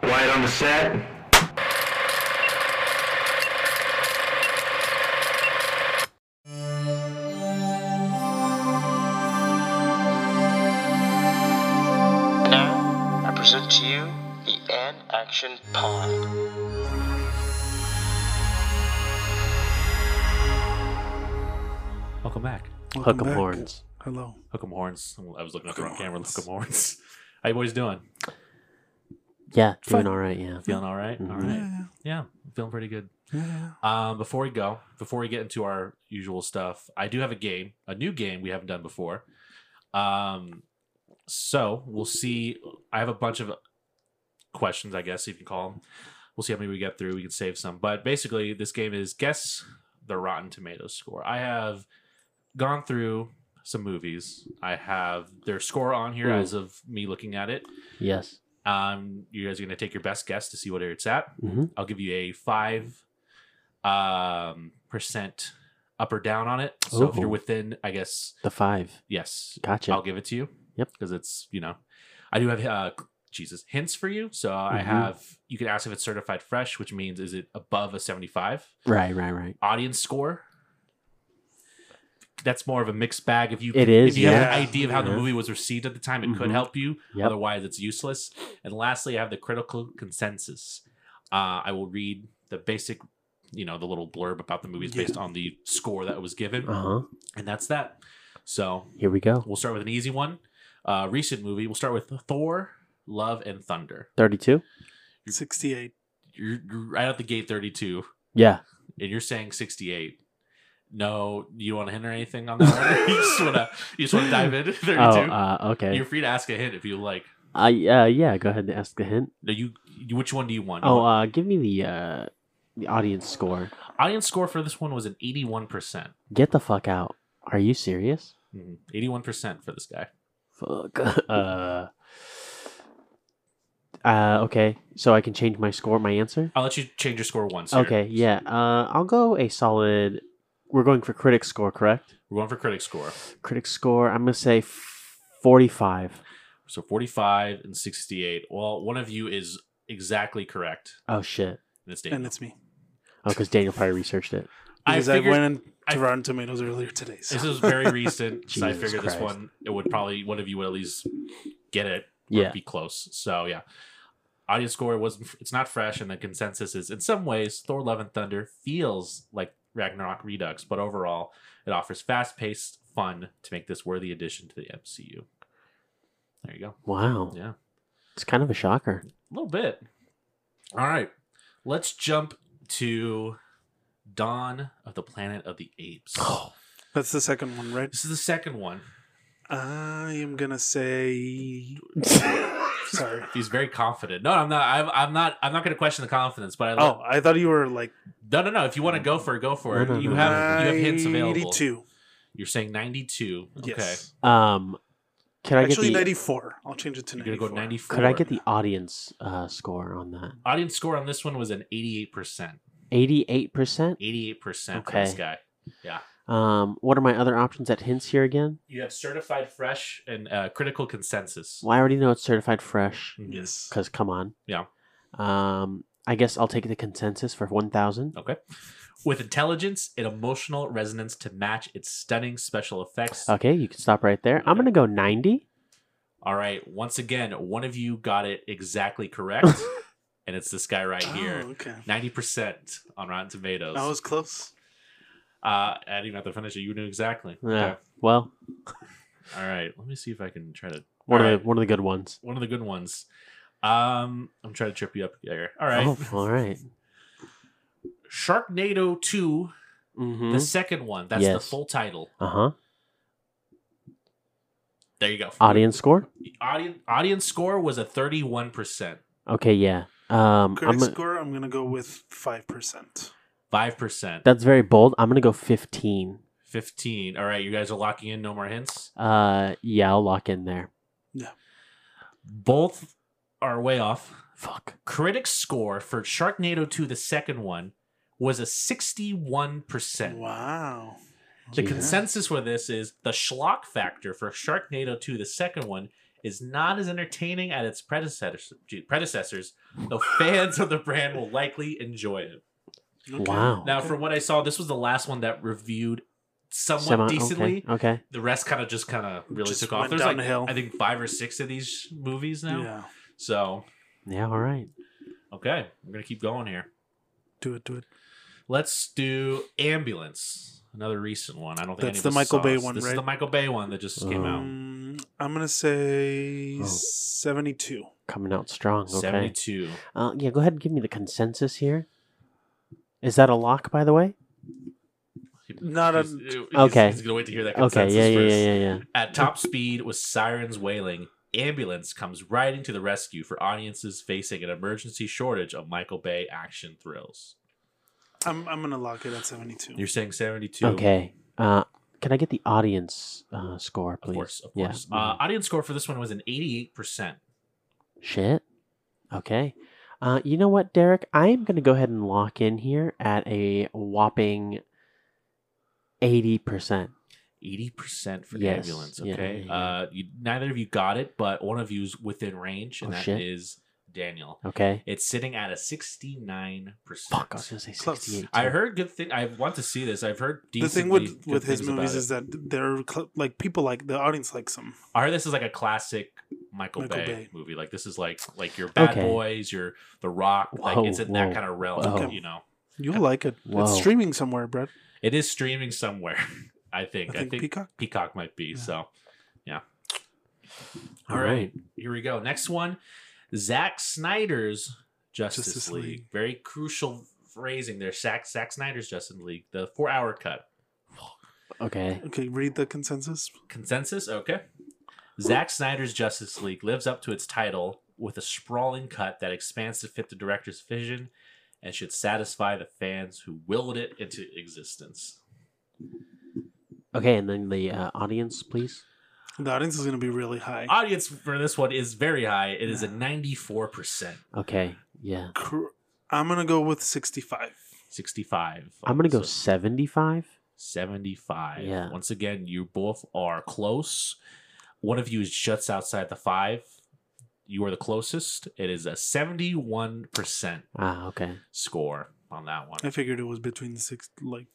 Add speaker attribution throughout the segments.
Speaker 1: Quiet on the set.
Speaker 2: Now, I present to you the An Action Pod.
Speaker 3: Welcome back.
Speaker 4: Welcome
Speaker 5: Hook 'em
Speaker 4: back.
Speaker 5: horns.
Speaker 4: Hello.
Speaker 3: Hook 'em horns. I was looking up at the
Speaker 4: 'em
Speaker 3: camera. Hook 'em
Speaker 4: horns.
Speaker 3: horns. How you boys doing?
Speaker 5: Yeah, doing
Speaker 4: Fun.
Speaker 5: all right. Yeah.
Speaker 3: Feeling all right? All right.
Speaker 4: Yeah,
Speaker 3: Yeah, feeling pretty good.
Speaker 4: yeah, yeah.
Speaker 3: Um, before we go, before we get into our usual stuff, I do have a game, a new game we haven't done before. Um, so we'll see. I have a bunch of questions, I guess if you can call them. We'll see how many we get through. We can save some, but basically, this game is guess the Rotten Tomatoes score. I have gone through some movies. I have their score on here
Speaker 5: Ooh.
Speaker 3: as of me looking at it.
Speaker 5: Yes.
Speaker 3: Um, you guys are gonna take your best guess to see what it's at.
Speaker 5: Mhm.
Speaker 3: I'll give you a five um percent up or down on it. So if you're
Speaker 5: Ooh.
Speaker 3: within, I guess,
Speaker 5: The five.
Speaker 3: yes,
Speaker 5: Gotcha.
Speaker 3: I'll give it to you.
Speaker 5: Yep.
Speaker 3: Because it's you know, I do have uh Jesus hints for you. So I
Speaker 5: Mhm.
Speaker 3: have you can ask if it's certified fresh, which means is it above a seventy-five
Speaker 5: Right, right, right.
Speaker 3: audience score. That's more of a mixed bag. If you
Speaker 5: It is,
Speaker 3: if you have an
Speaker 4: yeah.
Speaker 3: idea of how the
Speaker 5: Yeah.
Speaker 3: movie was received at the time, it could
Speaker 5: Mhm.
Speaker 3: help you.
Speaker 5: Yep.
Speaker 3: Otherwise, it's useless. And lastly, I have the critical consensus. Uh, I will read the basic, you know, the little blurb about the movies
Speaker 4: Yeah.
Speaker 3: based on the score that was given,
Speaker 5: Uh huh.
Speaker 3: and that's that. So
Speaker 5: Here we go.
Speaker 3: we'll start with an easy one. Uh, recent movie. We'll start with Thor: Love and Thunder.
Speaker 5: 32?
Speaker 4: 68.
Speaker 3: You're, you're right out the gate, thirty-two,
Speaker 5: Yeah.
Speaker 3: and you're saying sixty-eight. No, you want to hint or anything on that? one? you just want to you just want to dive in. Thirty-two.
Speaker 5: Oh, uh, okay.
Speaker 3: You're free to ask a hint if you like.
Speaker 5: I uh, yeah, go ahead and ask the hint.
Speaker 3: No, you. you- Which one do you want? You
Speaker 5: Oh,
Speaker 3: want-
Speaker 5: uh, give me the uh, the audience score.
Speaker 3: audience score for this one was an eighty-one percent.
Speaker 5: Get the fuck out. Are you serious?
Speaker 3: Eighty-one percent for this guy.
Speaker 5: Fuck. uh. Uh, okay, so I can change my score, my answer.
Speaker 3: I'll let you change your score once. here.
Speaker 5: Okay, yeah. Uh, I'll go a solid. We're going for critic score, correct?
Speaker 3: we're going for critic score.
Speaker 5: Critic score. I'm gonna say forty-five.
Speaker 3: So forty-five and sixty-eight. Well, one of you is exactly correct.
Speaker 5: Oh shit.
Speaker 3: And it's
Speaker 4: And
Speaker 3: Daniel.
Speaker 4: it's me.
Speaker 5: Oh, because Daniel probably researched it.
Speaker 3: I
Speaker 4: Because I,
Speaker 3: figured-
Speaker 4: went
Speaker 3: I-
Speaker 4: into Rotten Tomatoes earlier today. So.
Speaker 3: This is very recent, so I
Speaker 5: Jesus
Speaker 3: figured this
Speaker 5: Christ.
Speaker 3: one it would probably one of you would at least get it. or
Speaker 5: Yeah.
Speaker 3: be close. So yeah, audience score wasn't. It's not fresh, and the consensus is in some ways Thor: Love and Thunder feels like Ragnarok Redux, but overall it offers fast-paced fun to make this worthy addition to the MCU. There you go.
Speaker 5: Wow.
Speaker 3: Yeah,
Speaker 5: It's kind of a shocker.
Speaker 3: a little bit. All right, let's jump to Dawn of the Planet of the Apes.
Speaker 4: That's the second one, right?
Speaker 3: This is the second one.
Speaker 4: I am going to say. Sorry.
Speaker 3: He's very confident. No, I'm not. I'm, I'm not. I'm not going to question the confidence. But I love,
Speaker 4: Oh, I thought you were like
Speaker 3: no, no, no. If you want to go for it, go for it.
Speaker 5: No, no,
Speaker 3: you
Speaker 5: no,
Speaker 3: have you have hints available.
Speaker 4: 92.
Speaker 3: You're saying 92. Okay,
Speaker 4: Yes.
Speaker 5: Um, could I
Speaker 4: Actually,
Speaker 5: get the
Speaker 4: 94. I'll change it to
Speaker 3: you're
Speaker 4: 94.
Speaker 3: going to go 94.
Speaker 5: could I get the audience uh, score on that?
Speaker 3: audience score on this one was an 88 percent.
Speaker 5: Eighty-eight percent.
Speaker 3: 88 percent for
Speaker 5: Okay.
Speaker 3: this guy.
Speaker 5: Um, what are my other options at hints here again?
Speaker 3: You have certified fresh and uh, critical consensus.
Speaker 5: Well, I already know it's certified fresh.
Speaker 3: Mhm.
Speaker 4: Yes.
Speaker 5: Cause come on.
Speaker 3: Yeah.
Speaker 5: Um, I guess I'll take the consensus for one thousand.
Speaker 3: Okay. With intelligence and emotional resonance to match its stunning special effects.
Speaker 5: Okay, you can stop right there. I'm gonna go ninety.
Speaker 3: All right. Once again, one of you got it exactly correct, and it's this guy right here.
Speaker 4: Oh, okay.
Speaker 3: Ninety percent on Rotten Tomatoes.
Speaker 4: That was close.
Speaker 3: uh, I didn't even have to finish it. You knew exactly.
Speaker 5: Yeah.
Speaker 3: Okay.
Speaker 5: Well,
Speaker 3: All right. Let me see if I can try to
Speaker 5: one
Speaker 3: All
Speaker 5: of the one of the good ones.
Speaker 3: one of the good ones. Um, I'm trying to trip you up here. All right.
Speaker 5: Oh, all right.
Speaker 3: Sharknado 2
Speaker 5: Mm-hmm.
Speaker 3: the second one. That's the
Speaker 5: Yes.
Speaker 3: full title.
Speaker 5: Uh huh.
Speaker 3: There you go.
Speaker 5: Audience score.
Speaker 3: Audience audience score was a thirty-one percent.
Speaker 5: Okay, yeah. Um, I'm
Speaker 4: Critic
Speaker 5: gonna-
Speaker 4: score, I'm going to go with 5%.
Speaker 3: Five percent.
Speaker 5: that's very bold. I'm gonna go 15.
Speaker 3: Fifteen. All right, you guys are locking in, no more hints.
Speaker 5: Uh, yeah, I'll lock in there.
Speaker 3: both are way off.
Speaker 5: Fuck.
Speaker 3: Critics score for Sharknado 2, the second one, was a 61%.
Speaker 4: Wow.
Speaker 3: The
Speaker 5: Yeah.
Speaker 3: consensus for this is the schlock factor for Sharknado 2, the second one, is not as entertaining as its predecessors, gee, predecessors, though fans of the brand will likely enjoy it.
Speaker 4: Okay.
Speaker 5: Wow.
Speaker 3: Now, from what I saw, this was the last one that reviewed somewhat
Speaker 5: Semi- okay,
Speaker 3: decently.
Speaker 5: Okay.
Speaker 3: The rest kind of just kind of really
Speaker 4: Just
Speaker 3: took off.
Speaker 4: went
Speaker 3: There's like,
Speaker 4: downhill.
Speaker 3: I think five or six of these movies now.
Speaker 4: Yeah.
Speaker 3: So,
Speaker 5: Yeah. All right.
Speaker 3: okay, we're going to keep going here.
Speaker 4: Do it. Do it.
Speaker 3: Let's do Ambulance, another recent one. I don't think any
Speaker 4: That's
Speaker 3: of
Speaker 4: the
Speaker 3: us
Speaker 4: Michael
Speaker 3: saw
Speaker 4: Bay
Speaker 3: this.
Speaker 4: one,
Speaker 3: This is
Speaker 4: right?
Speaker 3: the Michael Bay one that just came out.
Speaker 4: Um, I'm gonna say
Speaker 5: Oh.
Speaker 4: 72.
Speaker 5: Coming out strong. Okay.
Speaker 3: 72.
Speaker 5: Uh, yeah. Go ahead and give me the consensus here. Is that a lock, by the way?
Speaker 4: Not a-
Speaker 3: He's- he's-
Speaker 5: Okay.
Speaker 3: He's, gonna wait to hear that.
Speaker 5: Okay.
Speaker 3: Consensus
Speaker 5: Yeah. Yeah.
Speaker 3: first.
Speaker 5: Yeah. Yeah. Yeah.
Speaker 3: At top speed with sirens wailing, ambulance comes riding to the rescue for audiences facing an emergency shortage of Michael Bay action thrills.
Speaker 4: I'm I'm gonna lock it at 72.
Speaker 3: You're saying 72.
Speaker 5: Okay. Uh, can I get the audience uh, score,
Speaker 3: Of
Speaker 5: please?
Speaker 3: course, of
Speaker 5: Yeah,
Speaker 3: course. Uh,
Speaker 5: mhm.
Speaker 3: audience score for this one was an 88%.
Speaker 5: Shit. Okay. Uh, you know what, Derek? I am going to go ahead and lock in here at a whopping 80%.
Speaker 3: 80% for
Speaker 5: Yes,
Speaker 3: ambulance.
Speaker 5: yeah,
Speaker 3: Okay.
Speaker 5: yeah, yeah.
Speaker 3: Uh, you, neither of you got it, but one of you's within range, and
Speaker 5: Oh,
Speaker 3: that is
Speaker 5: shit.
Speaker 3: Daniel.
Speaker 5: Okay.
Speaker 3: It's sitting at a 69%.
Speaker 5: Fuck, I was going to say
Speaker 4: Close.
Speaker 5: 68.
Speaker 3: I
Speaker 5: too.
Speaker 3: heard good thing. I want to see this. I've heard
Speaker 4: the
Speaker 3: decently
Speaker 4: thing with
Speaker 3: good
Speaker 4: with his
Speaker 3: things about
Speaker 4: movies
Speaker 3: it.
Speaker 4: is that they're cl- like people like the audience likes them.
Speaker 3: I heard this is like a classic Michael,
Speaker 4: Michael
Speaker 3: Bay,
Speaker 4: Bay.
Speaker 3: movie. Like this is like like your Bad
Speaker 5: Okay.
Speaker 3: Boys, your The Rock. Like
Speaker 5: Whoa,
Speaker 3: it's in
Speaker 5: whoa,
Speaker 3: that kind of realm.
Speaker 5: whoa.
Speaker 3: You know,
Speaker 4: You'll like it.
Speaker 5: Whoa.
Speaker 4: It's streaming somewhere, Brett.
Speaker 3: it is streaming somewhere. I
Speaker 4: I
Speaker 3: think.
Speaker 4: think, Peacock.
Speaker 3: Peacock might be.
Speaker 4: Yeah.
Speaker 3: So, yeah. All
Speaker 5: All
Speaker 3: right.
Speaker 5: right.
Speaker 3: here we go. Next one, Zack Snyder's Justice,
Speaker 4: Justice
Speaker 3: League.
Speaker 4: League.
Speaker 3: Very crucial phrasing there. Zack Zack Snyder's Justice League, the four-hour cut.
Speaker 5: Okay.
Speaker 4: Okay, read the consensus.
Speaker 3: Consensus? Okay. Zack Snyder's Justice League lives up to its title with a sprawling cut that expands to fit the director's vision and should satisfy the fans who willed it into existence.
Speaker 5: Okay, and then the uh, audience, please.
Speaker 4: The audience is gonna be really high.
Speaker 3: Audience for this one is very high. It is a 94%,
Speaker 5: Okay. Yeah.
Speaker 4: Cr- I'm gonna go with 65.
Speaker 3: 65.
Speaker 5: I'm going to go
Speaker 3: So
Speaker 5: 75.
Speaker 3: 75.
Speaker 5: Yeah.
Speaker 3: Once again, you both are close. One of you is just outside the 5. You are the closest. It is a 71%
Speaker 5: Ah, okay.
Speaker 3: score on that one.
Speaker 4: I figured it was between six, like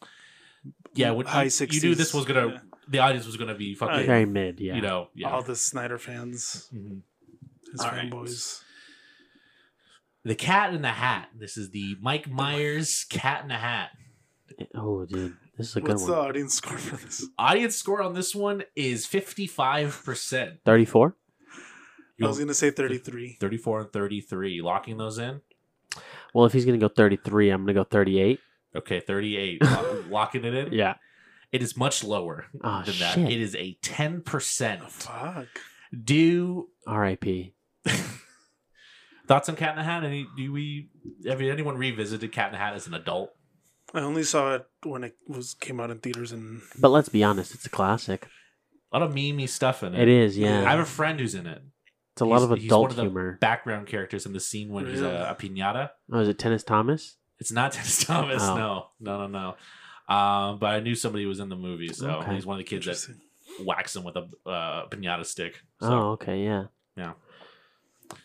Speaker 3: Yeah, when
Speaker 4: high
Speaker 3: you,
Speaker 4: sixties.
Speaker 3: You knew this was gonna. The audience was gonna be fucking.
Speaker 5: Very mid, yeah. Mm-hmm.
Speaker 3: You know. Yeah.
Speaker 4: all the Snyder fans,
Speaker 3: Mhm.
Speaker 4: his
Speaker 3: All right.
Speaker 4: fanboys.
Speaker 3: The Cat in the Hat. This is the Mike Myers Cat in the Hat.
Speaker 5: oh, dude. This is a good
Speaker 4: What's the
Speaker 5: one.
Speaker 4: audience score for this?
Speaker 3: Audience score on this one is fifty-five percent.
Speaker 5: 34?
Speaker 4: I was gonna say 33.
Speaker 3: Thirty-four and thirty-three. Locking those in.
Speaker 5: Well, if he's going to go 33, I'm going to go 38.
Speaker 3: Okay, thirty-eight. Lo- Locking it in.
Speaker 5: Yeah.
Speaker 3: It is much lower
Speaker 5: Ah,
Speaker 3: than that.
Speaker 5: shit.
Speaker 3: It is a ten percent.
Speaker 4: Oh, Fuck.
Speaker 3: Do
Speaker 5: R.I.P.
Speaker 3: thoughts on Cat in the Hat? Any? Do we? Have anyone revisited Cat in the Hat as an adult?
Speaker 4: I only saw it when it was came out in theaters, and
Speaker 5: But let's be honest, it's a classic.
Speaker 3: A lot of memey stuff in it.
Speaker 5: It is, yeah.
Speaker 3: I have a friend who's in it.
Speaker 5: It's a lot
Speaker 3: He's-
Speaker 5: of
Speaker 3: he's one
Speaker 5: adult
Speaker 3: of the
Speaker 5: humor.
Speaker 3: Background characters in the scene when he's
Speaker 4: Really?
Speaker 3: a, a pinata.
Speaker 5: Oh, is it Tennis Thomas?
Speaker 3: It's not Dennis Thomas.
Speaker 5: Oh.
Speaker 3: No, no, no, no. Um, but I knew somebody who was in the movie, so
Speaker 5: Okay.
Speaker 3: he's one of the kids that
Speaker 4: Interesting.
Speaker 3: whacks him with a uh, pinata stick. So
Speaker 5: oh, okay, yeah.
Speaker 3: Yeah.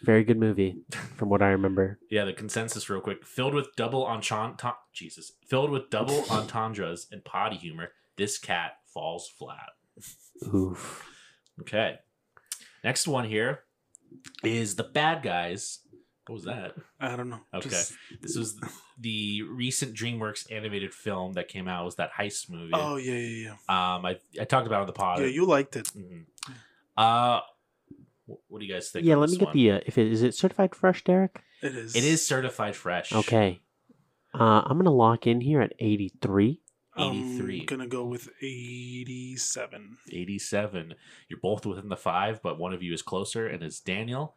Speaker 5: Very good movie, from what I remember.
Speaker 3: yeah, the consensus real quick: filled with double entendre, Jesus, filled with double entendres and potty humor, this cat falls flat.
Speaker 5: Oof.
Speaker 3: Okay, next one here is the bad guys. What was that?
Speaker 4: I don't know.
Speaker 3: Okay.
Speaker 4: Just-
Speaker 3: This was the recent DreamWorks animated film that came out. It was that heist movie?
Speaker 4: oh yeah, yeah, yeah.
Speaker 3: Um, I, I talked about it on the pod.
Speaker 4: yeah, you liked it.
Speaker 3: Mhm. Uh, wh- what do you guys think?
Speaker 5: Yeah,
Speaker 3: on
Speaker 5: let me
Speaker 3: this
Speaker 5: get
Speaker 3: one?
Speaker 5: the. Uh, if it is it certified fresh, Derek?
Speaker 4: It is.
Speaker 3: It is certified fresh.
Speaker 5: Okay. Uh, I'm gonna lock in here at 83.
Speaker 4: I'm
Speaker 3: 83.
Speaker 4: gonna go with 87.
Speaker 3: eighty-seven. You're both within the five, but one of you is closer, and it's Daniel.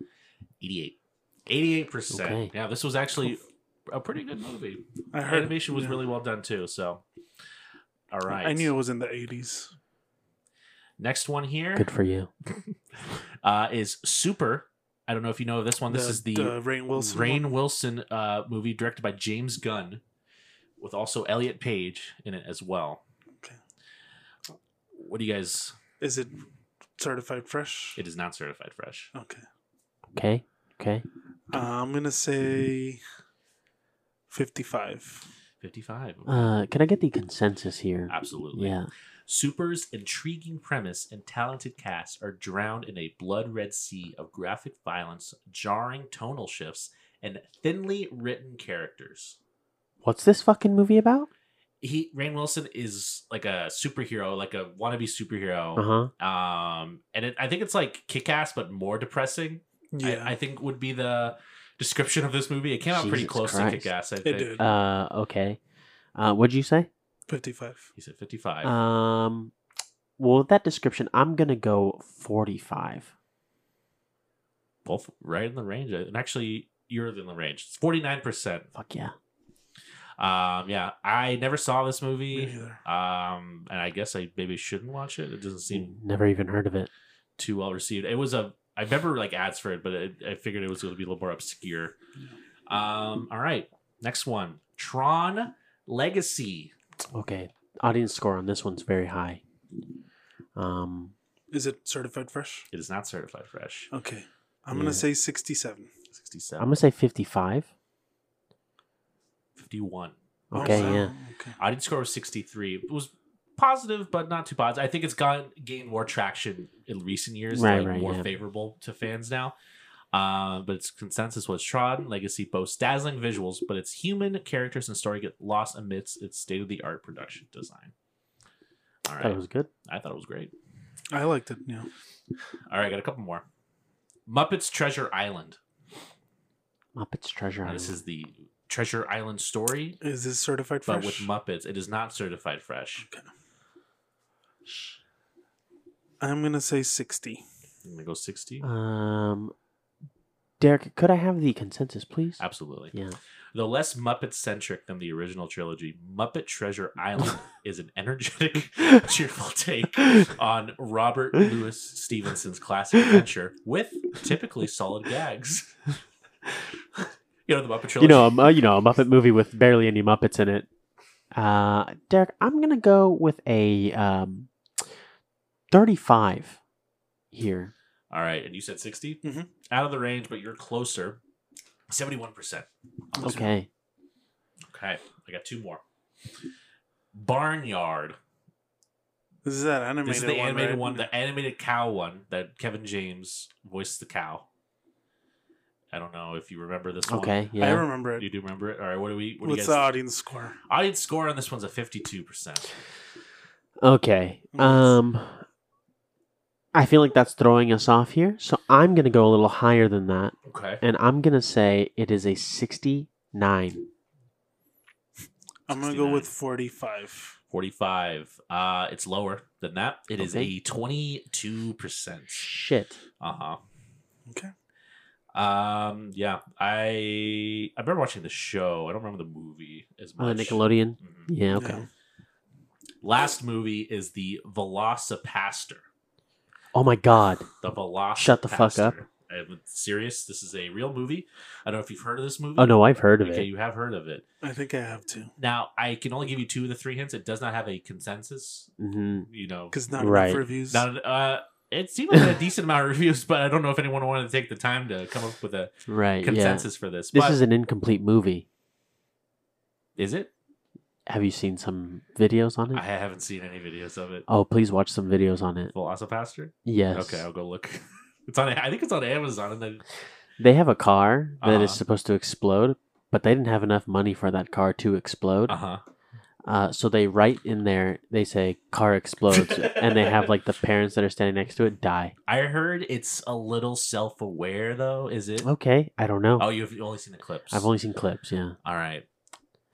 Speaker 3: Eighty-eight. Eighty-eight
Speaker 5: Okay.
Speaker 3: percent. Yeah, this was actually a pretty good movie.
Speaker 4: I heard
Speaker 3: Animation was
Speaker 4: yeah.
Speaker 3: really well done too. So, all right.
Speaker 4: I knew it was in the 80s.
Speaker 3: Next one here
Speaker 5: Good for you.
Speaker 3: uh, is Super. I don't know if you know this one. This is the
Speaker 4: Rain Wilson.
Speaker 3: Rain
Speaker 4: one.
Speaker 3: Wilson uh, movie directed by James Gunn, with also Elliot Page in it as well.
Speaker 4: Okay.
Speaker 3: What do you guys?
Speaker 4: Is it certified fresh?
Speaker 3: It is not certified fresh.
Speaker 4: okay.
Speaker 5: Okay. Okay.
Speaker 4: Uh, I'm going to say 55.
Speaker 3: 55.
Speaker 5: Uh, can I get the consensus here?
Speaker 3: Absolutely.
Speaker 5: Yeah.
Speaker 3: Super's intriguing premise and talented cast are drowned in a blood red sea of graphic violence, jarring tonal shifts, and thinly written characters.
Speaker 5: What's this fucking movie about?
Speaker 3: He Rain Wilson is like a superhero, like a wannabe superhero.
Speaker 5: Uh huh.
Speaker 3: Um, and it, I think it's like kick ass, but more depressing.
Speaker 4: Yeah.
Speaker 3: I, I think would be the description of this movie. It came out pretty
Speaker 5: Jesus
Speaker 3: close to
Speaker 5: Christ.
Speaker 3: kick ass, I
Speaker 4: it
Speaker 3: think.
Speaker 4: did.
Speaker 5: Uh, okay. Uh, what'd you say?
Speaker 4: 55.
Speaker 3: He said 55.
Speaker 5: Um, well, with that description, I'm gonna go 45.
Speaker 3: Both right in the range. uh, And actually, you're in the range. It's 49%.
Speaker 5: Fuck yeah.
Speaker 3: Um, yeah, I never saw this
Speaker 4: Me
Speaker 3: movie.
Speaker 4: neither.
Speaker 3: Um, and I guess I maybe shouldn't watch it. It doesn't seem
Speaker 5: Never even heard of it.
Speaker 3: too well received. It was a I remember like ads for it, but it, I figured it was going to be a little more obscure. Um, all right, next one, Tron Legacy.
Speaker 5: Okay. Audience score on this one's very high. Um,
Speaker 4: Is it certified fresh?
Speaker 3: It is not certified fresh.
Speaker 5: Oh.
Speaker 4: Okay. I'm
Speaker 5: Yeah.
Speaker 4: going to say 67.
Speaker 5: I'm
Speaker 3: 67,
Speaker 5: gonna say 55.
Speaker 3: 51.
Speaker 4: Oh,
Speaker 5: Okay,
Speaker 4: wow.
Speaker 5: yeah.
Speaker 4: Okay.
Speaker 3: Audience score was 63. It was positive, but not too positive. I think it's gotten gained more traction in recent years,
Speaker 5: Right,
Speaker 3: like,
Speaker 5: right,
Speaker 3: more
Speaker 5: yeah.
Speaker 3: favorable to fans now. Uh, but its consensus was Tron Legacy boasts dazzling visuals, but its human characters and story get lost amidst its state of the art production design. All
Speaker 5: That
Speaker 3: right,
Speaker 5: was good.
Speaker 3: I thought it was great.
Speaker 4: I liked it. Yeah.
Speaker 3: All right, I got a couple more. Muppets Treasure Island.
Speaker 5: Muppets Treasure
Speaker 3: Now,
Speaker 5: Island.
Speaker 3: this is the Treasure Island story,
Speaker 4: Is this certified fresh?
Speaker 3: but with Muppets. It is not certified fresh.
Speaker 4: I'm going to say 60.
Speaker 3: I'm gonna go sixty.
Speaker 5: Um, Derek, could I have the consensus, please?
Speaker 3: Absolutely.
Speaker 5: Yeah.
Speaker 3: Though less Muppet centric than the original trilogy, Muppet Treasure Island is an energetic, cheerful take on Robert Louis Stevenson's classic adventure with typically solid gags. you know the Muppet trilogy.
Speaker 5: you know, um, a, mu- you know, a Muppet movie with barely any Muppets in it. Uh, Derek, I'm gonna go with a um, 35 here.
Speaker 3: All right, and you said 60?
Speaker 5: Mm-hmm.
Speaker 4: Mhm.
Speaker 3: Out of the range, but you're closer. 71%.
Speaker 5: Okay.
Speaker 3: Okay, I got two more. Barnyard.
Speaker 4: This is that animated
Speaker 3: This is the
Speaker 4: one.
Speaker 3: animated
Speaker 4: right?
Speaker 3: one, the animated cow one that Kevin James voiced the cow. I don't know if you remember this one.
Speaker 5: Okay.
Speaker 4: I
Speaker 5: Yeah.
Speaker 4: remember
Speaker 3: You
Speaker 4: it.
Speaker 3: do remember it? All right, what do we? What do you
Speaker 4: What's uh,
Speaker 3: guys?
Speaker 4: the audience score?
Speaker 3: Audience score on this one's a fifty-two percent.
Speaker 5: Okay. Um, I feel like that's throwing us off here, so I'm gonna go a little higher than that,
Speaker 3: Okay,
Speaker 5: and I'm gonna say it is a 69.
Speaker 4: I'm going to go
Speaker 3: 69.
Speaker 4: with 45.
Speaker 3: forty-five. Uh, it's lower than that. It is
Speaker 5: Okay.
Speaker 3: a twenty-two percent.
Speaker 5: Shit.
Speaker 3: Uh huh.
Speaker 4: Okay.
Speaker 3: Um. Yeah. I I remember watching the show. I don't remember the movie as
Speaker 5: Uh,
Speaker 3: much. Mhm.
Speaker 5: Nickelodeon. Yeah. Okay.
Speaker 4: Yeah.
Speaker 3: Last movie is the Velocipaster.
Speaker 5: Oh my God.
Speaker 3: The Velocipaster.
Speaker 5: Shut the fuck up.
Speaker 3: I'm serious. This is a real movie. I don't know if you've heard of this movie.
Speaker 5: Oh no, I've heard of
Speaker 3: Okay,
Speaker 5: it.
Speaker 3: you have heard of it.
Speaker 4: I think I have to.
Speaker 3: Now, I can only give you two of the three hints. It does not have a consensus.
Speaker 5: hmm
Speaker 3: You know,
Speaker 4: Because not
Speaker 5: Right.
Speaker 4: enough reviews.
Speaker 3: not, uh, it seemed like a decent amount of reviews, but I don't know if anyone wanted to take the time to come up with a
Speaker 5: Right. Yeah.
Speaker 3: consensus for this.
Speaker 5: This
Speaker 3: but
Speaker 5: is an incomplete movie.
Speaker 3: is it?
Speaker 5: Have you seen some videos on it?
Speaker 3: I haven't seen any videos of it.
Speaker 5: oh, please watch some videos on it.
Speaker 3: Velocipaster?
Speaker 5: Yes.
Speaker 3: Okay, I'll go look. It's on. I think it's on Amazon. And then,
Speaker 5: They have a car that is
Speaker 3: Uh-huh.
Speaker 5: supposed to explode, but they didn't have enough money for that car to explode.
Speaker 3: uh
Speaker 5: uh
Speaker 3: huh.
Speaker 5: so they write in there, they say, car explodes. and they have like the parents that are standing next to it die.
Speaker 3: I heard it's a little self-aware, though. Is it?
Speaker 5: Okay. I don't know.
Speaker 3: Oh, you've you've only seen the clips.
Speaker 5: I've only seen clips. Yeah.
Speaker 3: All right.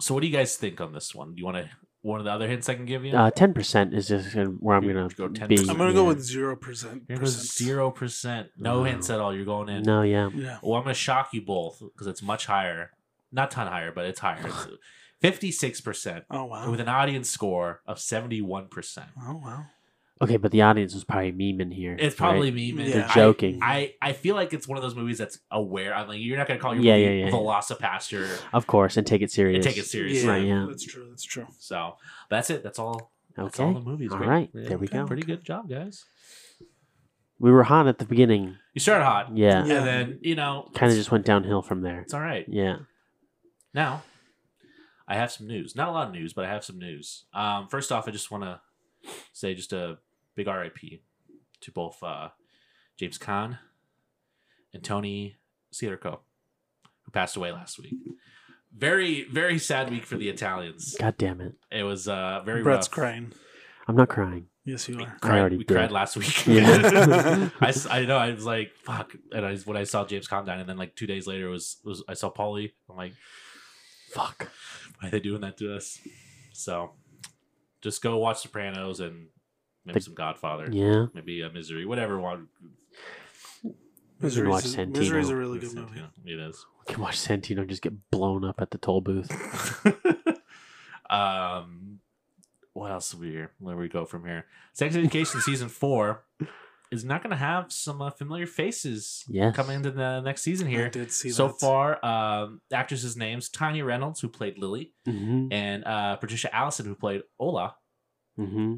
Speaker 3: So, what do you guys think on this one? Do you want to? One of the other hints I can give you.
Speaker 5: Uh, 10% is just gonna, where I'm
Speaker 3: You
Speaker 5: going
Speaker 3: go
Speaker 5: to
Speaker 3: 10%.
Speaker 5: be.
Speaker 4: I'm going to go
Speaker 5: yeah.
Speaker 4: with 0%.
Speaker 3: Here goes zero percent. No
Speaker 5: Wow.
Speaker 3: hints at all. You're going in.
Speaker 5: No, yeah.
Speaker 4: Yeah.
Speaker 3: Well, I'm gonna shock you both because it's much higher. Not ton higher, but it's higher. Fifty-six percent
Speaker 4: Oh, wow.
Speaker 3: with an audience score of seventy-one percent.
Speaker 4: Oh, wow.
Speaker 5: Okay, but the audience was probably memeing here.
Speaker 3: It's
Speaker 5: right?
Speaker 3: probably me, man.
Speaker 4: They're
Speaker 3: I-
Speaker 5: joking.
Speaker 3: I, I feel like it's one of those movies that's aware. I'm like, you're not gonna call your
Speaker 5: Yeah,
Speaker 3: movie
Speaker 5: yeah, yeah, yeah.
Speaker 3: Velocipaster
Speaker 5: Of course, and take it
Speaker 3: and
Speaker 5: serious.
Speaker 3: take it seriously.
Speaker 5: Right, yeah.
Speaker 4: That's true. That's true.
Speaker 3: So that's it. That's all. That's all
Speaker 5: Okay.
Speaker 3: the movies.
Speaker 5: All
Speaker 3: Great.
Speaker 5: right,
Speaker 3: Yeah,
Speaker 5: there we go.
Speaker 3: Pretty good job, guys.
Speaker 5: We were hot at the beginning.
Speaker 3: You started hot,
Speaker 5: Yeah.
Speaker 4: Yeah.
Speaker 3: and then you know,
Speaker 5: Kind of Um, just went downhill from there.
Speaker 3: it's all right.
Speaker 5: Yeah.
Speaker 3: Now, I have some news. Not a lot of news, but I have some news. Um, first off, I just want to say just a big RIP to both uh, James Kahn and Tony Sierco, who passed away last week. Very, very sad week for the Italians.
Speaker 5: God damn it.
Speaker 3: It was uh, very
Speaker 4: Brett's
Speaker 3: rough.
Speaker 4: crying.
Speaker 5: I'm not crying.
Speaker 4: Yes, you are.
Speaker 5: I already
Speaker 3: we
Speaker 5: did.
Speaker 3: cried last week.
Speaker 4: Yeah.
Speaker 3: I, s- I know. I was like, fuck. And I, when I saw James Conn die, and then like two days later was was I saw Paulie. I'm like, fuck. Why are they doing that to us? So, just go watch Sopranos and maybe
Speaker 5: The-
Speaker 3: some Godfather,
Speaker 5: Yeah.
Speaker 3: maybe a Misery, whatever one.
Speaker 5: We can watch
Speaker 4: Misery's, a-
Speaker 5: Santino.
Speaker 4: Misery's a really good movie.
Speaker 3: It is.
Speaker 5: We can watch Santino just get blown up at the toll booth.
Speaker 3: um, what else do we hear? Where we go from here? Sex Education season four is not going to have some uh, familiar faces
Speaker 5: Yes.
Speaker 3: coming into the next season
Speaker 4: I
Speaker 3: here.
Speaker 4: did see
Speaker 3: So
Speaker 4: that.
Speaker 3: far, um, actresses' names: Tanya Reynolds, who played Lily,
Speaker 5: Mm-hmm.
Speaker 3: and uh, Patricia Allison, who played Ola,
Speaker 5: Mm-hmm.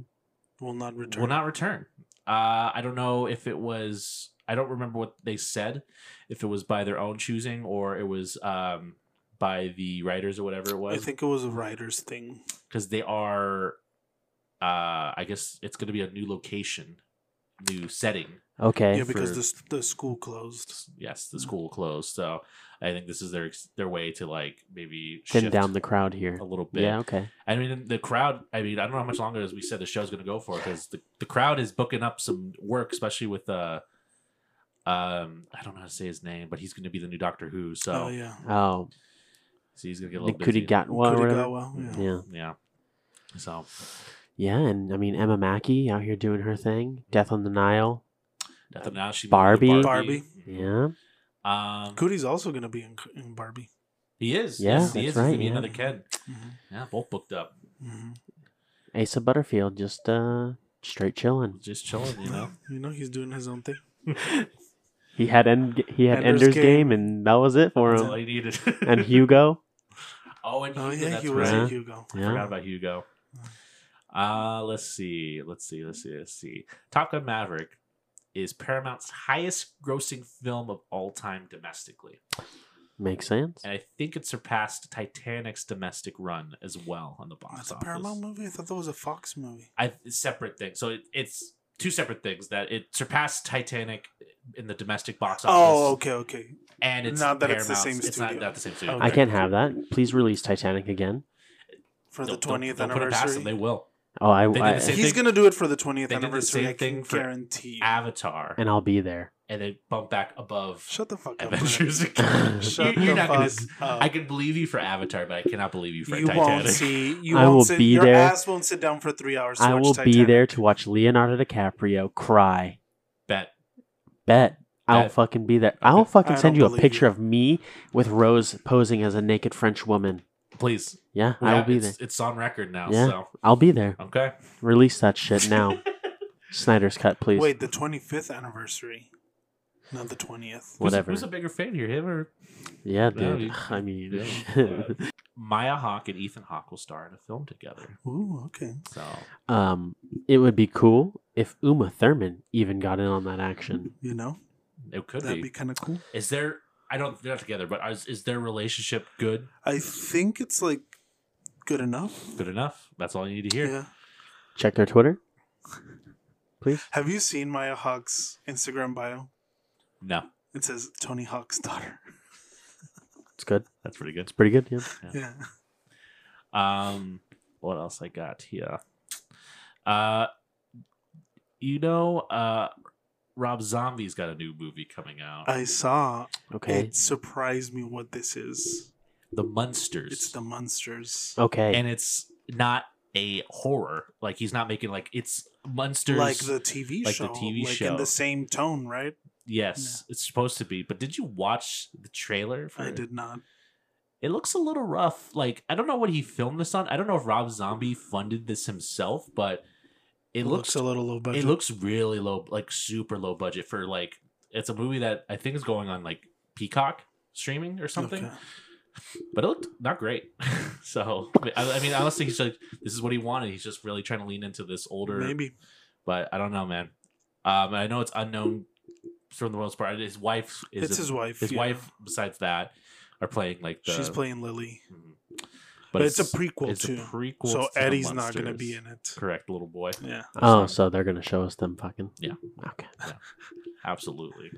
Speaker 4: will not return.
Speaker 3: will not return. Uh, I don't know if it was. I don't remember what they said, if it was by their own choosing or it was um, by the writers or whatever it
Speaker 4: I
Speaker 3: was.
Speaker 4: think it was a writer's thing.
Speaker 3: because they are uh i guess it's going to be a new location new setting
Speaker 5: Okay.
Speaker 4: yeah, because
Speaker 3: for-
Speaker 4: the s- the school closed.
Speaker 3: yes
Speaker 4: Mm.
Speaker 3: the school closed so i think this is their their way to like maybe
Speaker 5: Thin
Speaker 3: shift
Speaker 5: down the crowd here.
Speaker 3: a little bit
Speaker 5: Yeah, okay.
Speaker 3: i mean the crowd i mean i don't know how much longer as we said the show's going to go for because the, the crowd is booking up some work especially with uh um i don't know how to say his name but he's going to be the new doctor who so,
Speaker 4: Oh yeah,
Speaker 5: Oh,
Speaker 3: so he's going to get a little busy.
Speaker 5: Nikudigatwa. or whatever.
Speaker 4: Kurigawa, yeah.
Speaker 5: Yeah.
Speaker 3: yeah so
Speaker 5: Yeah, and I mean Emma Mackey out here doing her thing. Death on the Nile.
Speaker 3: nothing now she
Speaker 5: Barbie.
Speaker 4: Barbie.
Speaker 5: Yeah.
Speaker 3: Mm-hmm. um
Speaker 4: Cootie's also gonna be in, in Barbie.
Speaker 3: He is.
Speaker 5: Yeah,
Speaker 3: yes, he is.
Speaker 5: that's
Speaker 3: He's gonna
Speaker 5: right,
Speaker 3: be
Speaker 5: yeah.
Speaker 3: another kid.
Speaker 4: Mhm,
Speaker 3: Yeah, both booked up,
Speaker 4: mhm.
Speaker 5: Asa Butterfield just uh straight chilling.
Speaker 3: just chilling. You know.
Speaker 4: you know, he's doing his own thing.
Speaker 5: He had end, he had Ender's,
Speaker 4: Ender's
Speaker 5: game.
Speaker 4: Game.
Speaker 5: and that was it for
Speaker 3: That's
Speaker 5: him.
Speaker 3: all he needed.
Speaker 5: and Hugo.
Speaker 3: oh, and Hugo,
Speaker 4: Oh yeah,
Speaker 3: that's
Speaker 4: he was
Speaker 3: right.
Speaker 4: in
Speaker 5: right.
Speaker 4: Hugo.
Speaker 3: I forgot
Speaker 5: Yeah.
Speaker 3: about Hugo. Uh let's see, let's see, let's see, let's see. Top Gun Maverick is Paramount's highest-grossing film of all time domestically,
Speaker 5: Makes sense.
Speaker 3: and I think it surpassed Titanic's domestic run as well on the box
Speaker 4: That's Oh, a
Speaker 3: office.
Speaker 4: Paramount movie. I thought that was a Fox movie.
Speaker 3: I it's separate thing. So it, it's two separate things that it surpassed Titanic in the domestic box office.
Speaker 4: Oh, okay, okay.
Speaker 3: and it's
Speaker 4: Not that it's the
Speaker 3: Paramount's-
Speaker 4: same
Speaker 3: it's not,
Speaker 4: studio.
Speaker 3: not the same studio.
Speaker 4: Okay.
Speaker 5: I can't have that. Please release Titanic again.
Speaker 4: For the
Speaker 3: Don't- don't-
Speaker 4: twentieth
Speaker 3: don't put it past them. They
Speaker 4: anniversary,
Speaker 3: will.
Speaker 5: Oh, I,
Speaker 3: They did
Speaker 5: I-
Speaker 3: the same-
Speaker 4: he's
Speaker 3: thing-
Speaker 4: gonna do it for the twentieth
Speaker 3: they did the
Speaker 4: anniversary.
Speaker 3: same
Speaker 4: I can
Speaker 3: thing for
Speaker 4: guarantee. you.
Speaker 3: Avatar,
Speaker 5: and I'll be there.
Speaker 3: and they bump back above
Speaker 4: Shut the fuck up. Brett.
Speaker 3: Avengers. again.
Speaker 4: Shut
Speaker 3: You- you're
Speaker 4: the
Speaker 3: not
Speaker 4: fuck
Speaker 3: gonna s-
Speaker 4: up.
Speaker 3: I can believe you for Avatar, but I cannot believe you for
Speaker 4: you
Speaker 3: Titanic.
Speaker 4: won't see. You
Speaker 5: I
Speaker 4: won't
Speaker 5: will
Speaker 4: sit,
Speaker 5: be
Speaker 4: your
Speaker 5: there.
Speaker 4: ass won't sit down for three hours. To
Speaker 5: I
Speaker 4: watch
Speaker 5: will be
Speaker 4: Titanic.
Speaker 5: there to watch Leonardo DiCaprio cry.
Speaker 3: Bet
Speaker 5: Bet. I'll
Speaker 3: Bet.
Speaker 5: fucking be there. I'll fucking
Speaker 4: I
Speaker 5: send
Speaker 4: don't
Speaker 5: you a
Speaker 4: believe
Speaker 5: picture
Speaker 4: you.
Speaker 5: of me with Rose posing as a naked French woman.
Speaker 3: please.
Speaker 5: Yeah,
Speaker 3: Yeah,
Speaker 5: I will be there.
Speaker 3: it's, It's on record now.
Speaker 5: Yeah.
Speaker 3: So
Speaker 5: I'll be there.
Speaker 3: okay.
Speaker 5: Release that shit now. Snyder's cut, please.
Speaker 4: Wait, the twenty fifth anniversary, not the twentieth.
Speaker 3: Who's a-
Speaker 5: Whatever.
Speaker 3: Who's a, bigger fan here, him or
Speaker 5: Yeah,
Speaker 3: No,
Speaker 5: dude.
Speaker 3: you-
Speaker 5: I mean,
Speaker 3: yeah. Maya Hawk and Ethan Hawke will star in a film together?
Speaker 4: Ooh, okay.
Speaker 3: So
Speaker 5: um, it would be cool if Uma Thurman even got in on that action.
Speaker 4: You know
Speaker 3: it could
Speaker 4: that'd
Speaker 3: be.
Speaker 4: be kind of cool.
Speaker 3: Is there? I don't. They're not together, but is, is their relationship good?
Speaker 4: I think it's like good enough.
Speaker 3: Good enough. That's all you need to hear.
Speaker 4: Yeah.
Speaker 5: Check their Twitter, please.
Speaker 4: Have you seen Maya Hawk's Instagram bio?
Speaker 3: No,
Speaker 4: It says Tony Hawk's daughter.
Speaker 5: It's good.
Speaker 3: that's pretty good.
Speaker 5: It's pretty good. Yeah.
Speaker 4: Yeah.
Speaker 3: Um, what else I got here? Uh, you know, uh, Rob Zombie's got a new movie coming out.
Speaker 4: I saw.
Speaker 5: Okay.
Speaker 4: It surprised me what this is.
Speaker 3: the Munsters,
Speaker 4: It's the monsters.
Speaker 5: okay.
Speaker 3: and it's not a horror. Like he's not making like it's Munsters.
Speaker 4: Like the TV
Speaker 3: like the
Speaker 4: show.
Speaker 3: TV
Speaker 4: like
Speaker 3: show.
Speaker 4: in the same tone, right?
Speaker 3: yes, it's supposed to be. But did you watch the trailer? For
Speaker 4: I
Speaker 3: it?
Speaker 4: did not.
Speaker 3: It looks a little rough. Like I don't know what he filmed this on. I don't know if Rob Zombie funded this himself, but it looks
Speaker 4: a little low budget.
Speaker 3: It looks really low, like super low budget for like it's a movie that I think is going on like Peacock streaming or something.
Speaker 4: Okay.
Speaker 3: But it looked not great. so I, I mean, honestly, he's like this is what he wanted. He's just really trying to lean into this older.
Speaker 4: Maybe.
Speaker 3: But I don't know, man. Um, and I know it's unknown from the most part. His wife is
Speaker 4: it's
Speaker 3: a-
Speaker 4: his wife.
Speaker 3: his
Speaker 4: yeah.
Speaker 3: wife. Besides that, are playing like the.
Speaker 4: She's playing Lily,
Speaker 3: Mhm.
Speaker 4: but, it's, a prequel
Speaker 3: it's
Speaker 4: too.
Speaker 3: a prequel.
Speaker 4: so
Speaker 3: to the
Speaker 4: Eddie's not gonna
Speaker 3: Munsters.
Speaker 4: be in it.
Speaker 3: Correct, little boy.
Speaker 4: Yeah.
Speaker 5: Oh, so they're gonna show us them fucking.
Speaker 3: Yeah.
Speaker 5: Okay.
Speaker 3: Absolutely.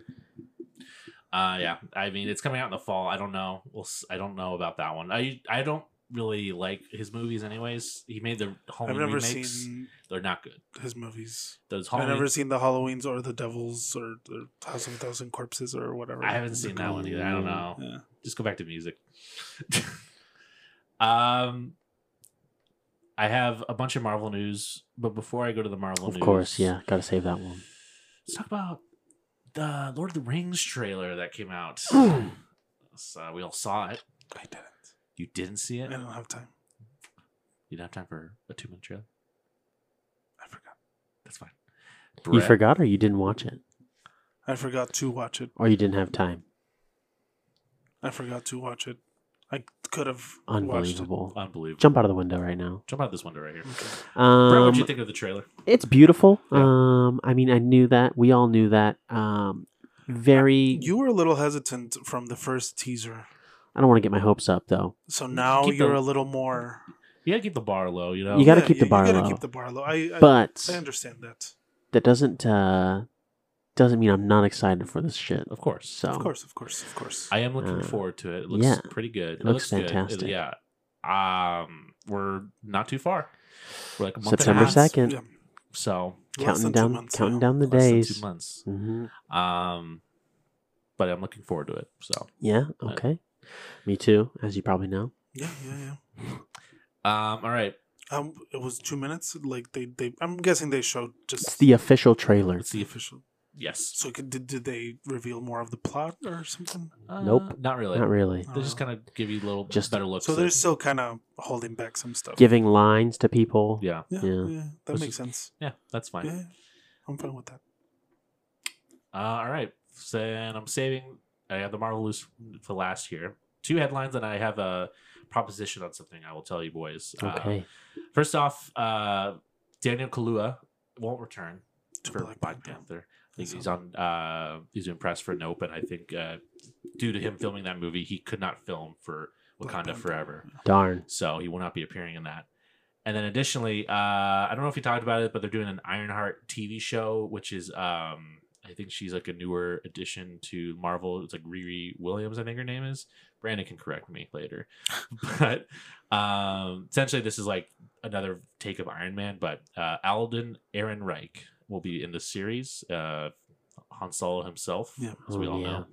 Speaker 3: Uh, yeah. I mean, it's coming out in the fall. I don't know. We'll. s- I don't know about that one. I I don't really like his movies. Anyways, he made the
Speaker 4: I've
Speaker 3: Halloween
Speaker 4: never
Speaker 3: remakes.
Speaker 4: seen
Speaker 3: They're not good.
Speaker 4: his movies.
Speaker 3: Those
Speaker 4: I've
Speaker 3: Halloween.
Speaker 4: never seen the Halloweens or the Devils or the House of a Thousand Corpses or whatever.
Speaker 3: I haven't seen that one either. I don't know.
Speaker 4: Yeah.
Speaker 3: Just go back to music. um, I have a bunch of Marvel news, but before I go to the Marvel
Speaker 5: Of
Speaker 3: news,
Speaker 5: course. Yeah. Gotta save that one.
Speaker 3: let's talk about the Lord of the Rings trailer that came out. so we all saw it.
Speaker 4: I didn't.
Speaker 3: You didn't see
Speaker 4: I
Speaker 3: it.
Speaker 4: don't have time.
Speaker 3: You don't have time for a two minute trailer.
Speaker 4: I forgot.
Speaker 3: That's fine.
Speaker 5: You
Speaker 3: Brett,
Speaker 5: forgot, or you didn't watch it,
Speaker 4: I forgot to watch it.
Speaker 5: or you didn't have time.
Speaker 4: I forgot to watch it. I could have watched it.
Speaker 5: Unbelievable.
Speaker 3: Unbelievable.
Speaker 5: Jump out of the window right now.
Speaker 3: Jump out this window right here.
Speaker 4: Okay.
Speaker 5: Um,
Speaker 3: Brett, what'd you think of the trailer?
Speaker 5: It's beautiful.
Speaker 3: Yeah.
Speaker 5: Um, I mean, I knew that. We all knew that. Um, very.
Speaker 4: You were a little hesitant from the first teaser.
Speaker 5: I don't want to get my hopes up though.
Speaker 4: So now
Speaker 3: Keep
Speaker 4: you're
Speaker 3: the-
Speaker 4: a little more.
Speaker 3: You gotta keep the bar low, you know.
Speaker 5: You gotta keep the bar
Speaker 4: You gotta
Speaker 5: low.
Speaker 4: keep the bar low. I, I,
Speaker 5: But
Speaker 4: I understand that.
Speaker 5: that doesn't uh, doesn't mean I'm not excited for this shit.
Speaker 3: of course.
Speaker 5: So
Speaker 4: Of course, of course, of course.
Speaker 3: um, I am looking
Speaker 5: Uh,
Speaker 3: forward to it. It looks
Speaker 5: yeah.
Speaker 3: pretty good. It, looks,
Speaker 5: looks
Speaker 3: good.
Speaker 5: fantastic.
Speaker 3: It- yeah. Um, we're not too far. We're like a month
Speaker 5: September
Speaker 3: and a half,
Speaker 5: 2nd.
Speaker 4: Yeah.
Speaker 3: So
Speaker 4: Less
Speaker 5: counting
Speaker 4: than two
Speaker 5: down,
Speaker 4: months
Speaker 5: counting
Speaker 4: now.
Speaker 5: down the
Speaker 3: less than
Speaker 5: days.
Speaker 3: two months.
Speaker 5: hmm
Speaker 3: Um, but I'm looking forward to it. So,
Speaker 5: Yeah.
Speaker 3: Uh,
Speaker 5: Okay. Me too, as you probably know.
Speaker 4: Yeah, yeah,
Speaker 3: um, all right.
Speaker 4: yeah. Um, it was two minutes. Like they, they. I'm guessing they showed
Speaker 5: It's
Speaker 4: just
Speaker 5: the official trailer.
Speaker 3: Let's see if
Speaker 4: official.
Speaker 3: yes.
Speaker 4: So could, did did they reveal more of the plot or something?
Speaker 3: Uh,
Speaker 5: Nope.
Speaker 3: Not really.
Speaker 5: Not really.
Speaker 3: They just kind of give you a little
Speaker 5: Just-
Speaker 3: better looks.
Speaker 4: So
Speaker 3: at-
Speaker 4: they're still kind of holding back some stuff.
Speaker 5: Giving lines to people.
Speaker 3: yeah,
Speaker 4: Yeah,
Speaker 5: Yeah.
Speaker 4: yeah, that
Speaker 3: Which
Speaker 4: makes
Speaker 3: is
Speaker 4: sense.
Speaker 3: yeah, that's fine.
Speaker 4: Yeah, I'm fine with that.
Speaker 3: Uh, all right. So and I'm saving. I have the Marvel loose for last year. Two headlines, and I have a proposition on something I will tell you, boys. Uh,
Speaker 5: Okay.
Speaker 3: first off, uh, Daniel Kalua won't return
Speaker 4: To
Speaker 3: for
Speaker 4: Black
Speaker 3: Black,
Speaker 4: Panther.
Speaker 3: Panther. I think he's on. Uh, he's doing press for Nope, and I think uh, due to him filming that movie, he could not film for
Speaker 4: Black
Speaker 3: Wakanda
Speaker 4: Panther.
Speaker 3: Forever.
Speaker 5: Darn.
Speaker 3: so he will not be appearing in that. And then additionally, uh, I don't know if you talked about it, but they're doing an Ironheart TV show, which is um, I think she's like a newer addition to Marvel. It's like Riri Williams, I think her name is. Brandon can correct me later, but um, essentially this is like another take of Iron Man. But uh, Alden Aaron Reich will be in the series. Uh, Han Solo himself,
Speaker 4: Yeah.
Speaker 3: as we
Speaker 5: Oh,
Speaker 3: all
Speaker 5: yeah.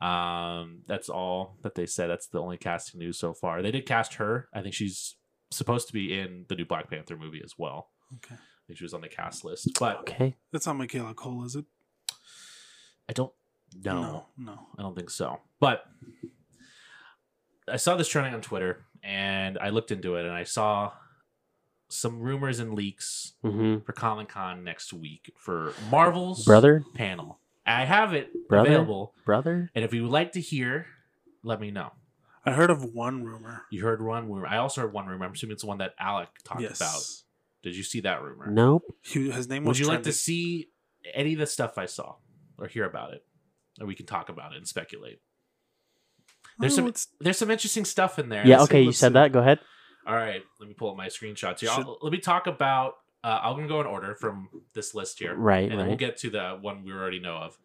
Speaker 3: know. Um, that's all that they said. That's the only casting news so far. They did cast her. I think she's supposed to be in the new Black Panther movie as well.
Speaker 4: Okay,
Speaker 3: I think she was on the cast list, but
Speaker 5: Okay.
Speaker 4: that's not Michaela Cole, is it?
Speaker 3: I don't know.
Speaker 4: no, no.
Speaker 3: I don't think so. But I saw this trending on Twitter, and I looked into it, and I saw some rumors and leaks
Speaker 5: hmm
Speaker 3: for Comic Con next week for Marvel's
Speaker 5: Brother.
Speaker 3: panel. I have it
Speaker 5: Brother?
Speaker 3: available,
Speaker 5: Brother.
Speaker 3: and if you would like to hear, let me know.
Speaker 4: I heard of one rumor.
Speaker 3: You heard one rumor. I also heard one rumor. I'm assuming it's the one that Alec talked
Speaker 4: yes.
Speaker 3: about. Did you see that rumor?
Speaker 5: Nope.
Speaker 4: He, his name
Speaker 3: Would
Speaker 4: was.
Speaker 3: you like to
Speaker 4: trending.
Speaker 3: see any of the stuff I saw or hear about it? And we can talk about it and speculate. There's
Speaker 4: Oh,
Speaker 3: some-
Speaker 4: it's-
Speaker 3: There's some interesting stuff in there.
Speaker 5: Yeah.
Speaker 3: Let's-
Speaker 5: Okay. You
Speaker 4: let's
Speaker 5: said
Speaker 4: see.
Speaker 5: that. Go ahead.
Speaker 3: All right. Let me pull up my screenshots here. I'll-
Speaker 4: Should-
Speaker 3: let me talk about. Uh, I'm gonna go in order from this list here,
Speaker 5: Right.
Speaker 3: and then we'll
Speaker 5: Right.
Speaker 3: get to the one we already know of.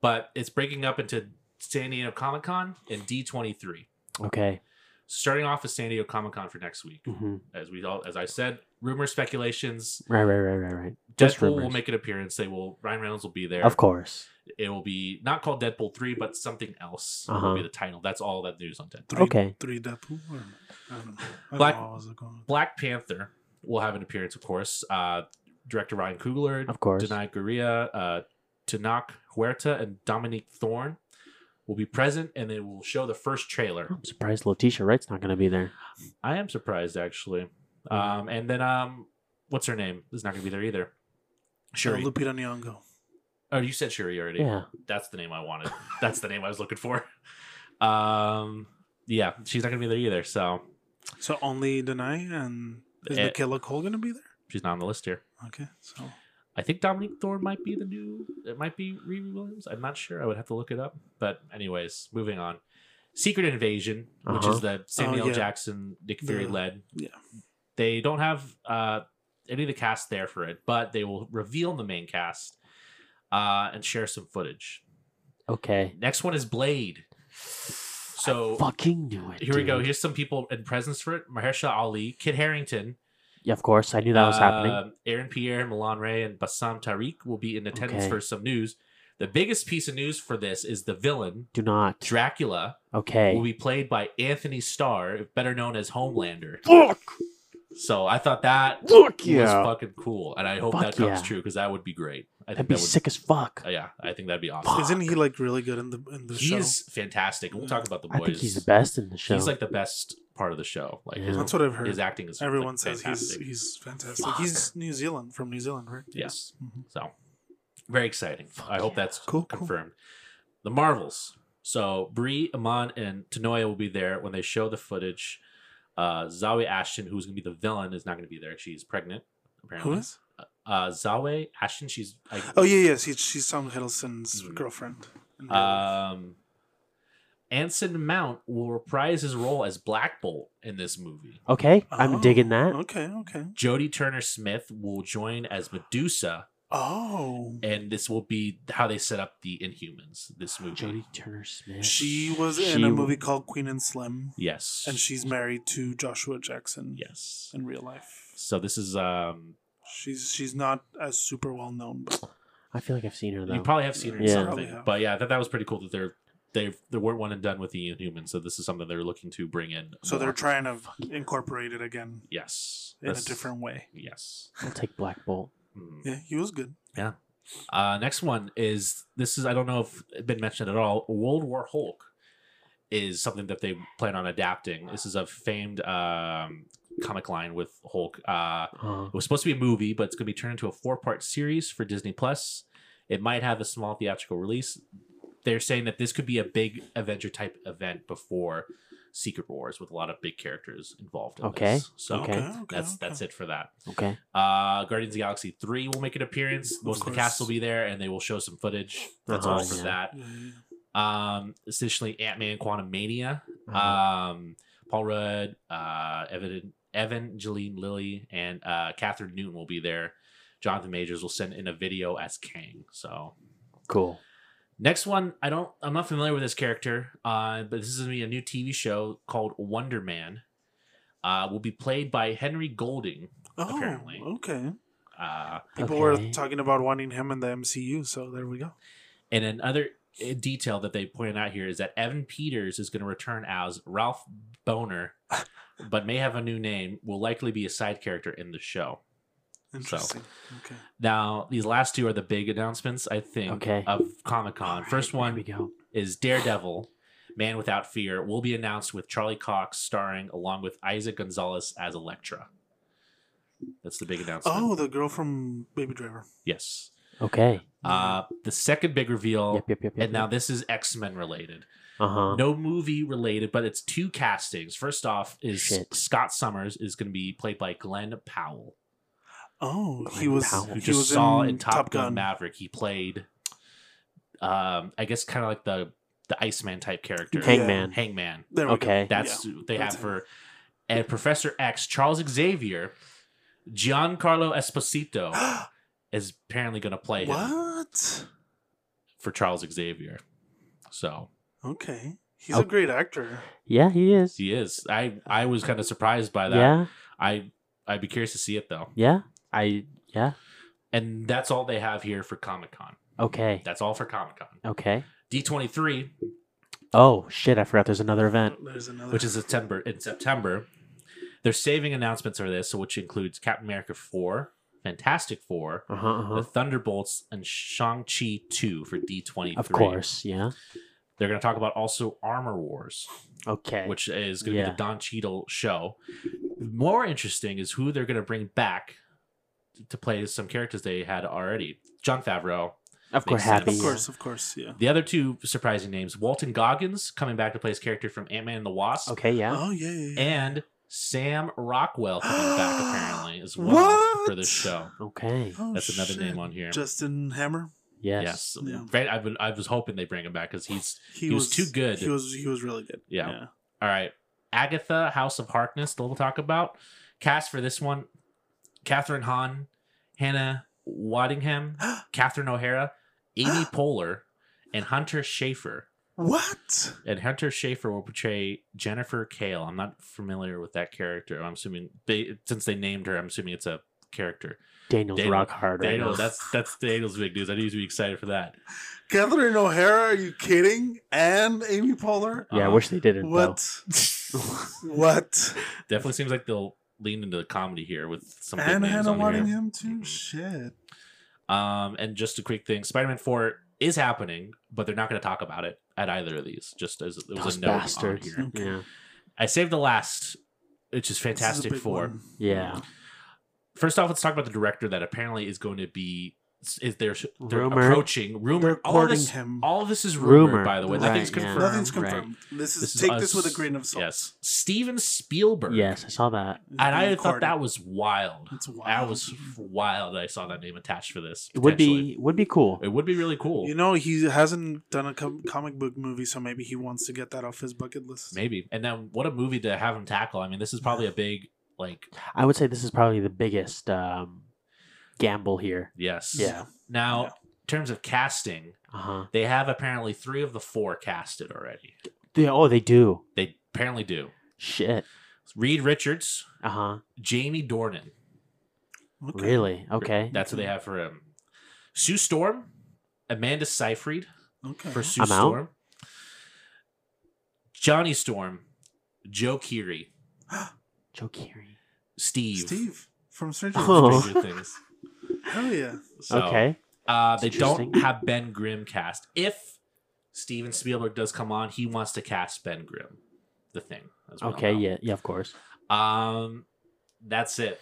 Speaker 3: But it's breaking up into San Diego Comic Con and D23.
Speaker 5: Okay.
Speaker 3: Starting off with San Diego Comic Con for next week,
Speaker 5: hmm
Speaker 3: as we all, as I said, rumors, speculations,
Speaker 5: Right. Right. Right. Right. Right. Just
Speaker 3: Deadpool will
Speaker 5: rumors.
Speaker 3: make an appearance. They will. Ryan Reynolds will be there.
Speaker 5: Of course.
Speaker 3: It will be not called Deadpool three, but something else
Speaker 5: Uh-huh.
Speaker 3: will be the title. That's all that news on Deadpool.
Speaker 4: Three,
Speaker 5: Okay.
Speaker 4: Three Deadpool. Or, I don't know. I
Speaker 3: Black-
Speaker 4: Don't know how I was going.
Speaker 3: Black Panther will have an appearance, of course. Uh, director Ryan Coogler,
Speaker 5: Of course.
Speaker 3: Denai Guria, uh, Tanak Huerta, and Dominique Thorne will be present, and they will show the first trailer.
Speaker 5: I'm surprised Letitia Wright's not going to be there.
Speaker 3: I am surprised actually.
Speaker 5: Hmm.
Speaker 3: Um, and then um, what's her name is not going to be there either. Shuri.
Speaker 4: Uh, Lupita Nyong'o.
Speaker 3: oh, you said Shuri already.
Speaker 5: Yeah.
Speaker 3: That's the name I wanted. That's the name I was looking for. Um, yeah, she's not gonna be there either, so
Speaker 4: So only Denai and is
Speaker 3: Eh.
Speaker 4: Michaela Cole gonna be there?
Speaker 3: she's not on the list here.
Speaker 4: Okay, so
Speaker 3: I think Dominique Thorne might be the new. It might be Riri Williams. I'm not sure. I would have to look it up. But anyways, moving on. Secret Invasion, which
Speaker 5: Uh-huh.
Speaker 3: is the Samuel
Speaker 4: Oh, yeah.
Speaker 3: Jackson, Nick Fury
Speaker 4: Yeah.
Speaker 3: led.
Speaker 4: Yeah.
Speaker 3: They don't have uh, any of the cast there for it, but they will reveal the main cast uh, and share some footage.
Speaker 5: Okay.
Speaker 3: Next one is Blade. So
Speaker 5: Fucking knew it.
Speaker 3: here we go.
Speaker 5: dude.
Speaker 3: Here's some people in presence for it: Mahershala Ali, Kid Harrington,
Speaker 5: Yeah, of course. I knew that was happening.
Speaker 3: um, Aaron Pierre, Milan Ray, and Bassam Tariq will be in attendance
Speaker 5: Okay.
Speaker 3: for some news. The biggest piece of news for this is the villain
Speaker 5: Do not.
Speaker 3: Dracula will
Speaker 5: Okay.
Speaker 3: be played by Anthony Starr, better known as Homelander.
Speaker 5: Fuck.
Speaker 3: So I thought that
Speaker 5: Fuck
Speaker 3: was
Speaker 5: yeah.
Speaker 3: fucking cool, and I hope
Speaker 5: Fuck
Speaker 3: that comes
Speaker 5: yeah.
Speaker 3: true because that would be great. I
Speaker 5: That'd
Speaker 3: think
Speaker 5: be
Speaker 3: that would,
Speaker 5: sick as fuck.
Speaker 3: uh, yeah, I think that'd be awesome.
Speaker 5: Fuck.
Speaker 4: Isn't he like really good in the in the show?
Speaker 3: He's fantastic. We'll talk about the boys.
Speaker 5: I think he's the best in the show.
Speaker 3: He's like the best part of the show. Like his,
Speaker 5: Yeah.
Speaker 4: That's what I've heard.
Speaker 3: his acting is
Speaker 4: Everyone
Speaker 3: like,
Speaker 4: says
Speaker 3: fantastic.
Speaker 4: he's he's fantastic.
Speaker 5: Fuck.
Speaker 4: He's New Zealand from New Zealand, right?
Speaker 3: Yes.
Speaker 4: Mhm.
Speaker 3: So very exciting. I hope
Speaker 5: yeah.
Speaker 3: that's
Speaker 4: Cool, cool.
Speaker 3: confirmed. The Marvels. So Brie, Amon, and Tanoia will be there when they show the footage. Uh, Zawe Ashton, who's going to be the villain, is not going to be there. She's pregnant, apparently.
Speaker 4: Who is?
Speaker 3: Uh, Zawe Ashton. She's. I,
Speaker 4: Oh yeah, yes. He's, she's Tom Hiddleston's
Speaker 3: Mhm.
Speaker 4: girlfriend. in real life.
Speaker 3: Um, Anson Mount will reprise his role as Black Bolt in this movie.
Speaker 5: okay, I'm
Speaker 4: Oh,
Speaker 5: digging that.
Speaker 4: Okay, okay.
Speaker 3: Jodie Turner Smith will join as Medusa,
Speaker 4: Oh,
Speaker 3: and this will be how they set up the Inhumans. This movie.
Speaker 5: Jodie Turner Smith.
Speaker 4: she was in
Speaker 5: She-
Speaker 4: a movie called Queen and Slim,
Speaker 3: Yes.
Speaker 4: and she's married to Joshua Jackson.
Speaker 3: Yes.
Speaker 4: in real life,
Speaker 3: So this is um
Speaker 4: she's she's not as super well known, but
Speaker 5: I feel like I've seen her though.
Speaker 3: you probably have seen her in
Speaker 5: Yeah.
Speaker 4: Probably
Speaker 3: something.
Speaker 4: have.
Speaker 3: But yeah, I thought that was pretty cool that they're they they weren't one and done with the Inhumans, so this is something they're looking to bring in.
Speaker 4: so
Speaker 3: more.
Speaker 4: they're trying to incorporate it again
Speaker 3: Yes.
Speaker 4: in a
Speaker 3: That's-
Speaker 4: different way.
Speaker 3: Yes.
Speaker 5: I'll take Black Bolt.
Speaker 3: Mm.
Speaker 4: Yeah, he was good.
Speaker 3: Uh next one is this is I don't know if it's been mentioned at all. World War Hulk is something that they plan on adapting. This is a famed um comic line with Hulk. Uh
Speaker 5: Uh,
Speaker 3: It was supposed to be a movie, but it's going to be turned into a four-part series for Disney Plus. It might have a small theatrical release. They're saying that this could be a big Avenger type event before Secret Wars with a lot of big characters involved in
Speaker 5: Okay.
Speaker 3: this. So
Speaker 5: Okay.
Speaker 3: that's that's it for that.
Speaker 5: okay.
Speaker 3: Uh Guardians of the Galaxy 3 will make an appearance. Most of, the
Speaker 4: course.
Speaker 3: cast will be there and they will show some footage. That's
Speaker 5: Uh-huh,
Speaker 3: all for
Speaker 5: yeah.
Speaker 3: that.
Speaker 4: Yeah, yeah.
Speaker 3: Um essentially Ant-Man Quantum Mania
Speaker 5: Uh,
Speaker 3: um, Paul Rudd, uh, Evan, Evangeline Lilly, and uh, Catherine Newton will be there. Jonathan Majors will send in a video as Kang. So
Speaker 5: cool.
Speaker 3: next one, I don't, I'm not familiar with this character, uh, but this is gonna be a new TV show called Wonder Man. Uh, will be played by Henry Golding.
Speaker 4: Oh,
Speaker 3: Apparently.
Speaker 4: okay.
Speaker 3: Uh,
Speaker 4: People
Speaker 5: Okay.
Speaker 4: were talking about wanting him in the MCU, so there we go.
Speaker 3: and another uh, detail that they pointed out here is that Evan Peters is going to return as Ralph Boner, but may have a new name. Will likely be a side character in the show.
Speaker 4: Interesting. Okay.
Speaker 3: Now, these last two are the big announcements, I think,
Speaker 5: Okay.
Speaker 3: of Comic Con.
Speaker 5: Alright,
Speaker 3: First
Speaker 5: here we
Speaker 3: one
Speaker 5: go.
Speaker 3: is Daredevil, Man Without Fear, will be announced with Charlie Cox starring along with Isaac Gonzalez as Elektra. That's the big announcement.
Speaker 4: Oh, the girl from Baby Driver.
Speaker 3: yes.
Speaker 5: Okay.
Speaker 3: Uh, the second big reveal,
Speaker 5: Yep, yep, yep. yep
Speaker 3: and now this is X Men related.
Speaker 5: uh huh.
Speaker 3: No movie related, but it's two castings. First off, is
Speaker 5: Shit.
Speaker 3: Scott Summers is going to be played by Glenn Powell,
Speaker 4: Oh, he
Speaker 5: Glenn
Speaker 4: was
Speaker 5: Powell.
Speaker 3: who
Speaker 4: he
Speaker 3: just
Speaker 4: was
Speaker 3: saw in Top, Gun, Maverick. He played, um, I guess, kind of like the the Iceman type character,
Speaker 5: Hangman.
Speaker 3: Hangman.
Speaker 4: There we
Speaker 5: Okay.
Speaker 4: Go.
Speaker 3: That's who they
Speaker 4: that's
Speaker 3: have
Speaker 4: him.
Speaker 3: for and Professor X, Charles Xavier, Giancarlo Esposito
Speaker 4: Yeah.
Speaker 3: is apparently going to play him
Speaker 4: what?
Speaker 3: for Charles Xavier. So
Speaker 4: Okay. He's
Speaker 5: Oh.
Speaker 4: a great actor.
Speaker 5: Yeah, he is.
Speaker 3: he is. I I was kind of surprised by that.
Speaker 5: Yeah.
Speaker 3: I I'd be curious to see it though.
Speaker 5: Yeah. I. Yeah.
Speaker 3: And that's all they have here for Comic Con.
Speaker 5: Okay.
Speaker 3: That's all for Comic Con.
Speaker 5: Okay.
Speaker 3: D twenty three
Speaker 5: Oh shit! I forgot there's another event.
Speaker 4: Oh, There's another.
Speaker 3: which is September in September. They're saving announcements for this, so which includes Captain America four, Fantastic Four,
Speaker 5: Uh huh. Uh-huh.
Speaker 3: the Thunderbolts, and Shang Chi two for D twenty three.
Speaker 5: Of course. Yeah.
Speaker 3: they're going to talk about also Armor Wars,
Speaker 5: Okay.
Speaker 3: which is going to be
Speaker 5: Yeah.
Speaker 3: the Don Cheadle show. More interesting is who they're going to bring back to play some characters they had already. John Favreau.
Speaker 5: of course,
Speaker 3: makes sense.
Speaker 5: happy.
Speaker 4: of
Speaker 5: yeah.
Speaker 4: course, of course, yeah.
Speaker 3: The other two surprising names: Walton Goggins coming back to play his character from Ant Man and the Wasp,
Speaker 5: Okay. Yeah.
Speaker 4: Oh yeah, yeah, yeah.
Speaker 3: and Sam Rockwell coming back apparently as well for this
Speaker 4: What?
Speaker 3: show.
Speaker 5: Okay.
Speaker 4: Oh,
Speaker 3: That's another
Speaker 4: shit.
Speaker 3: name on here.
Speaker 4: Justin Hammer.
Speaker 3: yes,
Speaker 5: Yes.
Speaker 4: Yeah.
Speaker 3: Very- I've been, I was hoping they bring him back because he's He was too good.
Speaker 4: He was he was really good.
Speaker 3: Yeah. all right. Agatha, House of Harkness. That we'll talk about cast for this one: Catherine Hahn, Hannah Waddingham, Catherine O'Hara, Amy Poehler, and Hunter Schafer.
Speaker 4: What?
Speaker 3: And Hunter Schafer will portray Jennifer Kale. I'm not familiar with that character. I'm assuming they, since they named her, I'm assuming it's a character.
Speaker 5: Daniel's
Speaker 3: Daniel-
Speaker 5: rock hard right
Speaker 3: Daniel,
Speaker 5: now.
Speaker 3: that's that's Daniel's big news. I need to be excited for that.
Speaker 4: Catherine O'Hara? Are you kidding? And Amy Poehler?
Speaker 5: yeah, I
Speaker 3: Uh-huh.
Speaker 5: wish they didn't.
Speaker 4: What?
Speaker 5: Though.
Speaker 4: what?
Speaker 3: Definitely seems like they'll lean into the comedy here with some big
Speaker 4: And
Speaker 3: names
Speaker 4: Hannah
Speaker 3: on here.
Speaker 4: Waddingham too.
Speaker 3: Mhm.
Speaker 4: Shit.
Speaker 3: Um, and just a quick thing: Spider-Man Four is happening, but they're not going to talk about it at either of these. Just as it was
Speaker 5: Those
Speaker 3: a note
Speaker 5: bastards.
Speaker 3: on here.
Speaker 4: Okay.
Speaker 5: yeah.
Speaker 3: I saved the last, which is
Speaker 4: This is a
Speaker 3: Fantastic
Speaker 4: big
Speaker 3: Four.
Speaker 4: one.
Speaker 5: Yeah.
Speaker 3: First off, let's talk about the director that apparently is going to be is they're, they're
Speaker 5: Rumor.
Speaker 3: approaching
Speaker 4: They're
Speaker 3: rumor. All of,
Speaker 4: courting
Speaker 3: this,
Speaker 4: him.
Speaker 3: all of this is rumored,
Speaker 5: Rumor.
Speaker 3: by the way.
Speaker 4: Right,
Speaker 3: Nothing's
Speaker 5: yeah.
Speaker 3: confirmed.
Speaker 4: Nothing's
Speaker 5: Right.
Speaker 4: confirmed. This is,
Speaker 3: This is
Speaker 4: take this
Speaker 3: us-
Speaker 4: with a grain of salt.
Speaker 3: Yes, Steven Spielberg.
Speaker 5: Yes, I saw that.
Speaker 4: It's
Speaker 3: and I
Speaker 4: being
Speaker 3: thought that
Speaker 4: carded.
Speaker 3: was wild.
Speaker 4: It's wild.
Speaker 3: That was wild. that I saw that name attached for this.
Speaker 5: It would
Speaker 3: potentially.
Speaker 5: be would be cool.
Speaker 3: It would be really cool.
Speaker 4: You know, he hasn't done a com- comic book movie, so maybe he wants to get that off his bucket list.
Speaker 3: Maybe. And then what a movie to have him tackle. I mean, this is probably a big like
Speaker 5: I would say this is probably the biggest um, gamble here.
Speaker 3: yes.
Speaker 5: Yeah.
Speaker 3: Now,
Speaker 4: Yeah.
Speaker 3: in terms of casting,
Speaker 5: Uh huh.
Speaker 3: they have apparently three of the four casted already.
Speaker 5: They, oh, they do.
Speaker 3: They apparently do.
Speaker 5: Shit.
Speaker 3: Reed Richards,
Speaker 5: Uh huh.
Speaker 3: Jamie Dornan.
Speaker 4: Okay.
Speaker 5: Really? Okay. Mm.
Speaker 3: That's what they have for him. Sue Storm, Amanda Seyfried
Speaker 4: Okay.
Speaker 3: for Sue
Speaker 5: Mm-hmm. I'm out.
Speaker 3: Storm. Johnny Storm, Joe Keery,
Speaker 5: Joe Carey.
Speaker 3: Steve.
Speaker 4: Steve from Stranger Things.
Speaker 5: Oh.
Speaker 3: Stranger Things.
Speaker 4: Hell yeah.
Speaker 3: So,
Speaker 5: okay.
Speaker 3: Uh, they
Speaker 5: That's
Speaker 3: don't
Speaker 5: interesting.
Speaker 3: have Ben Grimm cast. If Steven Spielberg does come on, he wants to cast Ben Grimm, the thing. as well
Speaker 5: Okay.
Speaker 3: now.
Speaker 5: Yeah. Yeah. Of course.
Speaker 3: Um, that's it.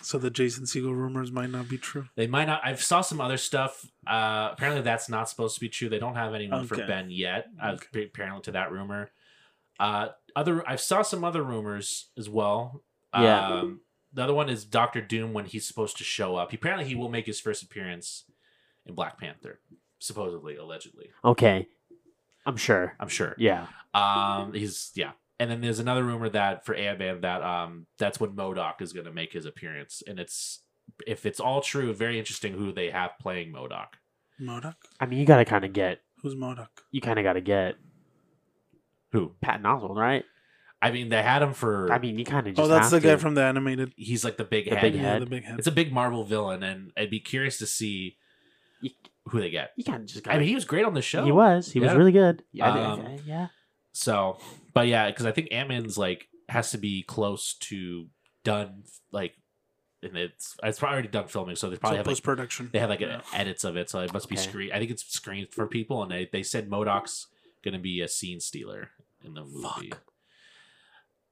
Speaker 4: So the Jason Siegel rumors might not be true.
Speaker 3: They might not. I've saw some other stuff. Uh, apparently that's not supposed to be true. They don't have anyone for
Speaker 4: Okay.
Speaker 3: Ben yet. Uh,
Speaker 4: Okay.
Speaker 3: apparently to that rumor. Uh, other I've saw some other rumors as well.
Speaker 5: Yeah.
Speaker 3: Um, the other one is Doctor Doom when he's supposed to show up. Apparently he will make his first appearance in Black Panther, supposedly, allegedly.
Speaker 5: Okay. I'm sure.
Speaker 3: I'm sure.
Speaker 5: Yeah.
Speaker 3: Um, he's yeah. And then there's another rumor that for Ant Man that um that's when Modoc is gonna make his appearance, and it's if it's all true, very interesting who they have playing Modoc.
Speaker 4: Modoc?
Speaker 5: I mean, you gotta kind of get.
Speaker 4: Who's Modoc?
Speaker 5: You kind of gotta get
Speaker 3: Who?
Speaker 5: Patton Oswald, right?
Speaker 3: I mean, they had him for.
Speaker 5: I mean, you kind of.
Speaker 4: Oh,
Speaker 5: just
Speaker 4: that's the
Speaker 5: have
Speaker 4: guy
Speaker 5: to.
Speaker 4: from the animated.
Speaker 3: he's like the big
Speaker 5: The
Speaker 3: head.
Speaker 5: big
Speaker 4: Yeah,
Speaker 5: head.
Speaker 4: the big head.
Speaker 3: It's a big Marvel villain, and I'd be curious to see
Speaker 5: You,
Speaker 3: who they get.
Speaker 5: you kind of just. Gotta,
Speaker 3: I mean, he was great on the show.
Speaker 5: He was. He was
Speaker 3: Yeah.
Speaker 5: really good. Yeah. I think-
Speaker 3: Um,
Speaker 5: I- yeah.
Speaker 3: So, but yeah, because I think Ant Man's like has to be close to done, like, and it's it's probably already done filming, so they probably
Speaker 4: so
Speaker 3: have like,
Speaker 4: post production.
Speaker 3: they had like
Speaker 4: Yeah.
Speaker 3: a, edits of it, so it must be
Speaker 5: Okay.
Speaker 3: screen. I think it's screened for people, and they, they said Modoc's gonna be a scene stealer in the movie.
Speaker 5: Fuck.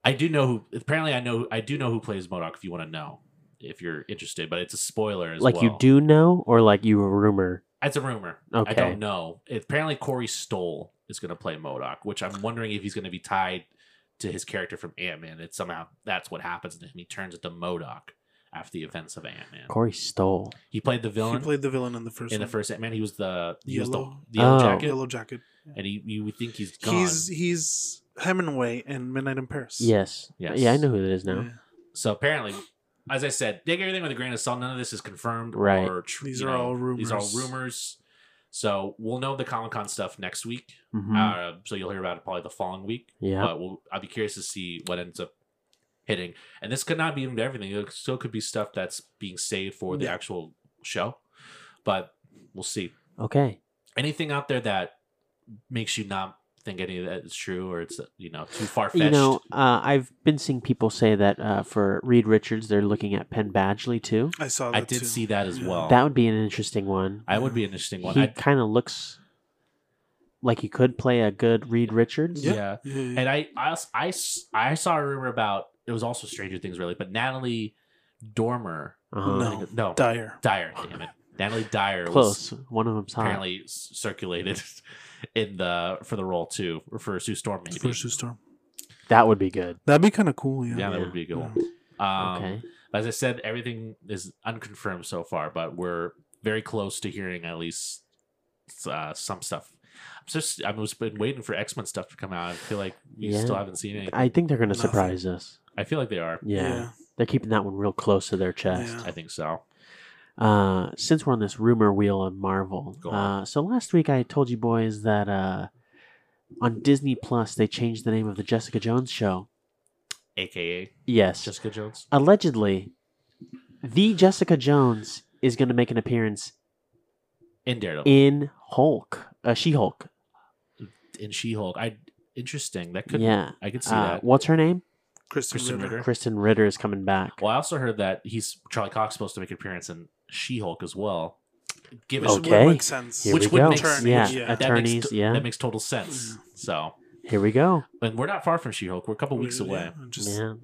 Speaker 3: I do know who. Apparently, I know I do know who plays Modoc. If you want to know, if you're interested, but it's a spoiler. As
Speaker 5: Like you
Speaker 3: well.
Speaker 5: do know, or like you rumor.
Speaker 3: It's a rumor. I
Speaker 5: Okay.
Speaker 3: don't know. apparently, Corey Stoll is gonna play Modoc, which I'm wondering if he's gonna be tied to his character from Ant Man. It's somehow that's what happens to him. He turns into Modoc after the events of Ant Man.
Speaker 5: Corey stole.
Speaker 3: He played the
Speaker 4: He
Speaker 3: villain
Speaker 4: played the villain in the first
Speaker 3: in the
Speaker 4: one.
Speaker 3: first Ant Man. He was the he was
Speaker 4: Yellow.
Speaker 3: the, the yellow
Speaker 5: Oh.
Speaker 3: jacket,
Speaker 4: Yellow Jacket.
Speaker 3: and he you would think he's gone.
Speaker 4: He's he's Hemingway in Midnight in Paris.
Speaker 5: Yes.
Speaker 3: Yes.
Speaker 5: Yeah, I know who it is now.
Speaker 4: Yeah.
Speaker 3: So apparently, as I said, take everything with a grain of salt. None of this is confirmed
Speaker 5: Right.
Speaker 3: or tr-
Speaker 4: These
Speaker 3: you
Speaker 4: are all
Speaker 3: These are all
Speaker 4: rumors.
Speaker 3: rumors. So we'll know the Comic Con stuff next week.
Speaker 5: Mhm.
Speaker 3: Uh, so you'll hear about it probably the following week.
Speaker 5: yeah.
Speaker 3: But we'll, I'll be curious to see what ends up hitting. And this could not be even everything. It still could be stuff that's being saved for the
Speaker 4: Yeah.
Speaker 3: actual show. But we'll see.
Speaker 5: okay.
Speaker 3: Anything out there that makes you not think any of that is true or it's you know too far fetched.
Speaker 5: You know, uh, I've been seeing people say that uh, for Reed Richards, they're looking at Penn Badgley too.
Speaker 4: I saw that
Speaker 3: I did
Speaker 4: too.
Speaker 3: see that as
Speaker 4: Yeah.
Speaker 3: well.
Speaker 5: That would be an interesting one.
Speaker 3: I would be an interesting one.
Speaker 5: He
Speaker 3: I,
Speaker 5: kind of looks like he could play a good Reed Richards.
Speaker 3: yeah.
Speaker 4: Yeah, yeah.
Speaker 3: And I, I, s- I s- I saw a rumor about it was also Stranger Things really, but Natalie Dormer.
Speaker 5: Uh-huh.
Speaker 4: No.
Speaker 3: No,
Speaker 4: Dyer.
Speaker 3: Dyer. Damn it, Natalie Dyer. Was
Speaker 5: Close. One of them's hot.
Speaker 3: apparently s- circulated in the for the role too or for Sue Storm maybe.
Speaker 4: For Sue Storm.
Speaker 5: That would be good.
Speaker 4: That'd be kind of cool. Yeah.
Speaker 3: Yeah, that would be a good one. Um,
Speaker 5: Hmm. okay.
Speaker 3: As I said, everything is unconfirmed so far, but we're very close to hearing at least uh, some stuff. I'm just I've just been waiting for X Men stuff to come out. I feel like we
Speaker 5: Yeah.
Speaker 3: still haven't seen anything.
Speaker 5: I think they're going to
Speaker 4: Nothing.
Speaker 5: surprise us.
Speaker 3: I feel like they are.
Speaker 5: Yeah. They're keeping that one real close to their chest.
Speaker 4: Yeah.
Speaker 3: I think so.
Speaker 5: Uh, since we're on this rumor wheel of Marvel,
Speaker 3: Go on.
Speaker 5: uh, so last week I told you boys that uh, on Disney Plus they changed the name of the Jessica Jones show.
Speaker 3: AKA
Speaker 5: Yes.
Speaker 3: Jessica Jones.
Speaker 5: Allegedly, the Jessica Jones is going to make an appearance
Speaker 3: In Daredevil.
Speaker 5: in Hulk, uh, She Hulk.
Speaker 3: In, She Hulk. I interesting. That could
Speaker 5: Yeah.
Speaker 3: I could see
Speaker 5: Uh,
Speaker 3: that.
Speaker 5: what's her name?
Speaker 4: Kristen,
Speaker 3: Kristen
Speaker 4: Ritter.
Speaker 3: Ritter.
Speaker 5: Kristen Ritter is coming back.
Speaker 3: Well, I also heard that he's Charlie Cox supposed to make an appearance in She Hulk as well. Give
Speaker 4: Which
Speaker 3: us
Speaker 5: Okay.
Speaker 4: would make sense.
Speaker 5: Here
Speaker 3: Which
Speaker 5: we
Speaker 3: would
Speaker 5: go.
Speaker 3: make
Speaker 4: sense.
Speaker 5: Yeah,
Speaker 4: Yeah.
Speaker 3: that makes
Speaker 5: attorneys.
Speaker 3: to-
Speaker 5: yeah,
Speaker 3: that makes total sense. So,
Speaker 5: here we go.
Speaker 3: and we're not far from She Hulk. We're a couple weeks
Speaker 4: Yeah,
Speaker 3: away.
Speaker 4: Just
Speaker 5: yeah.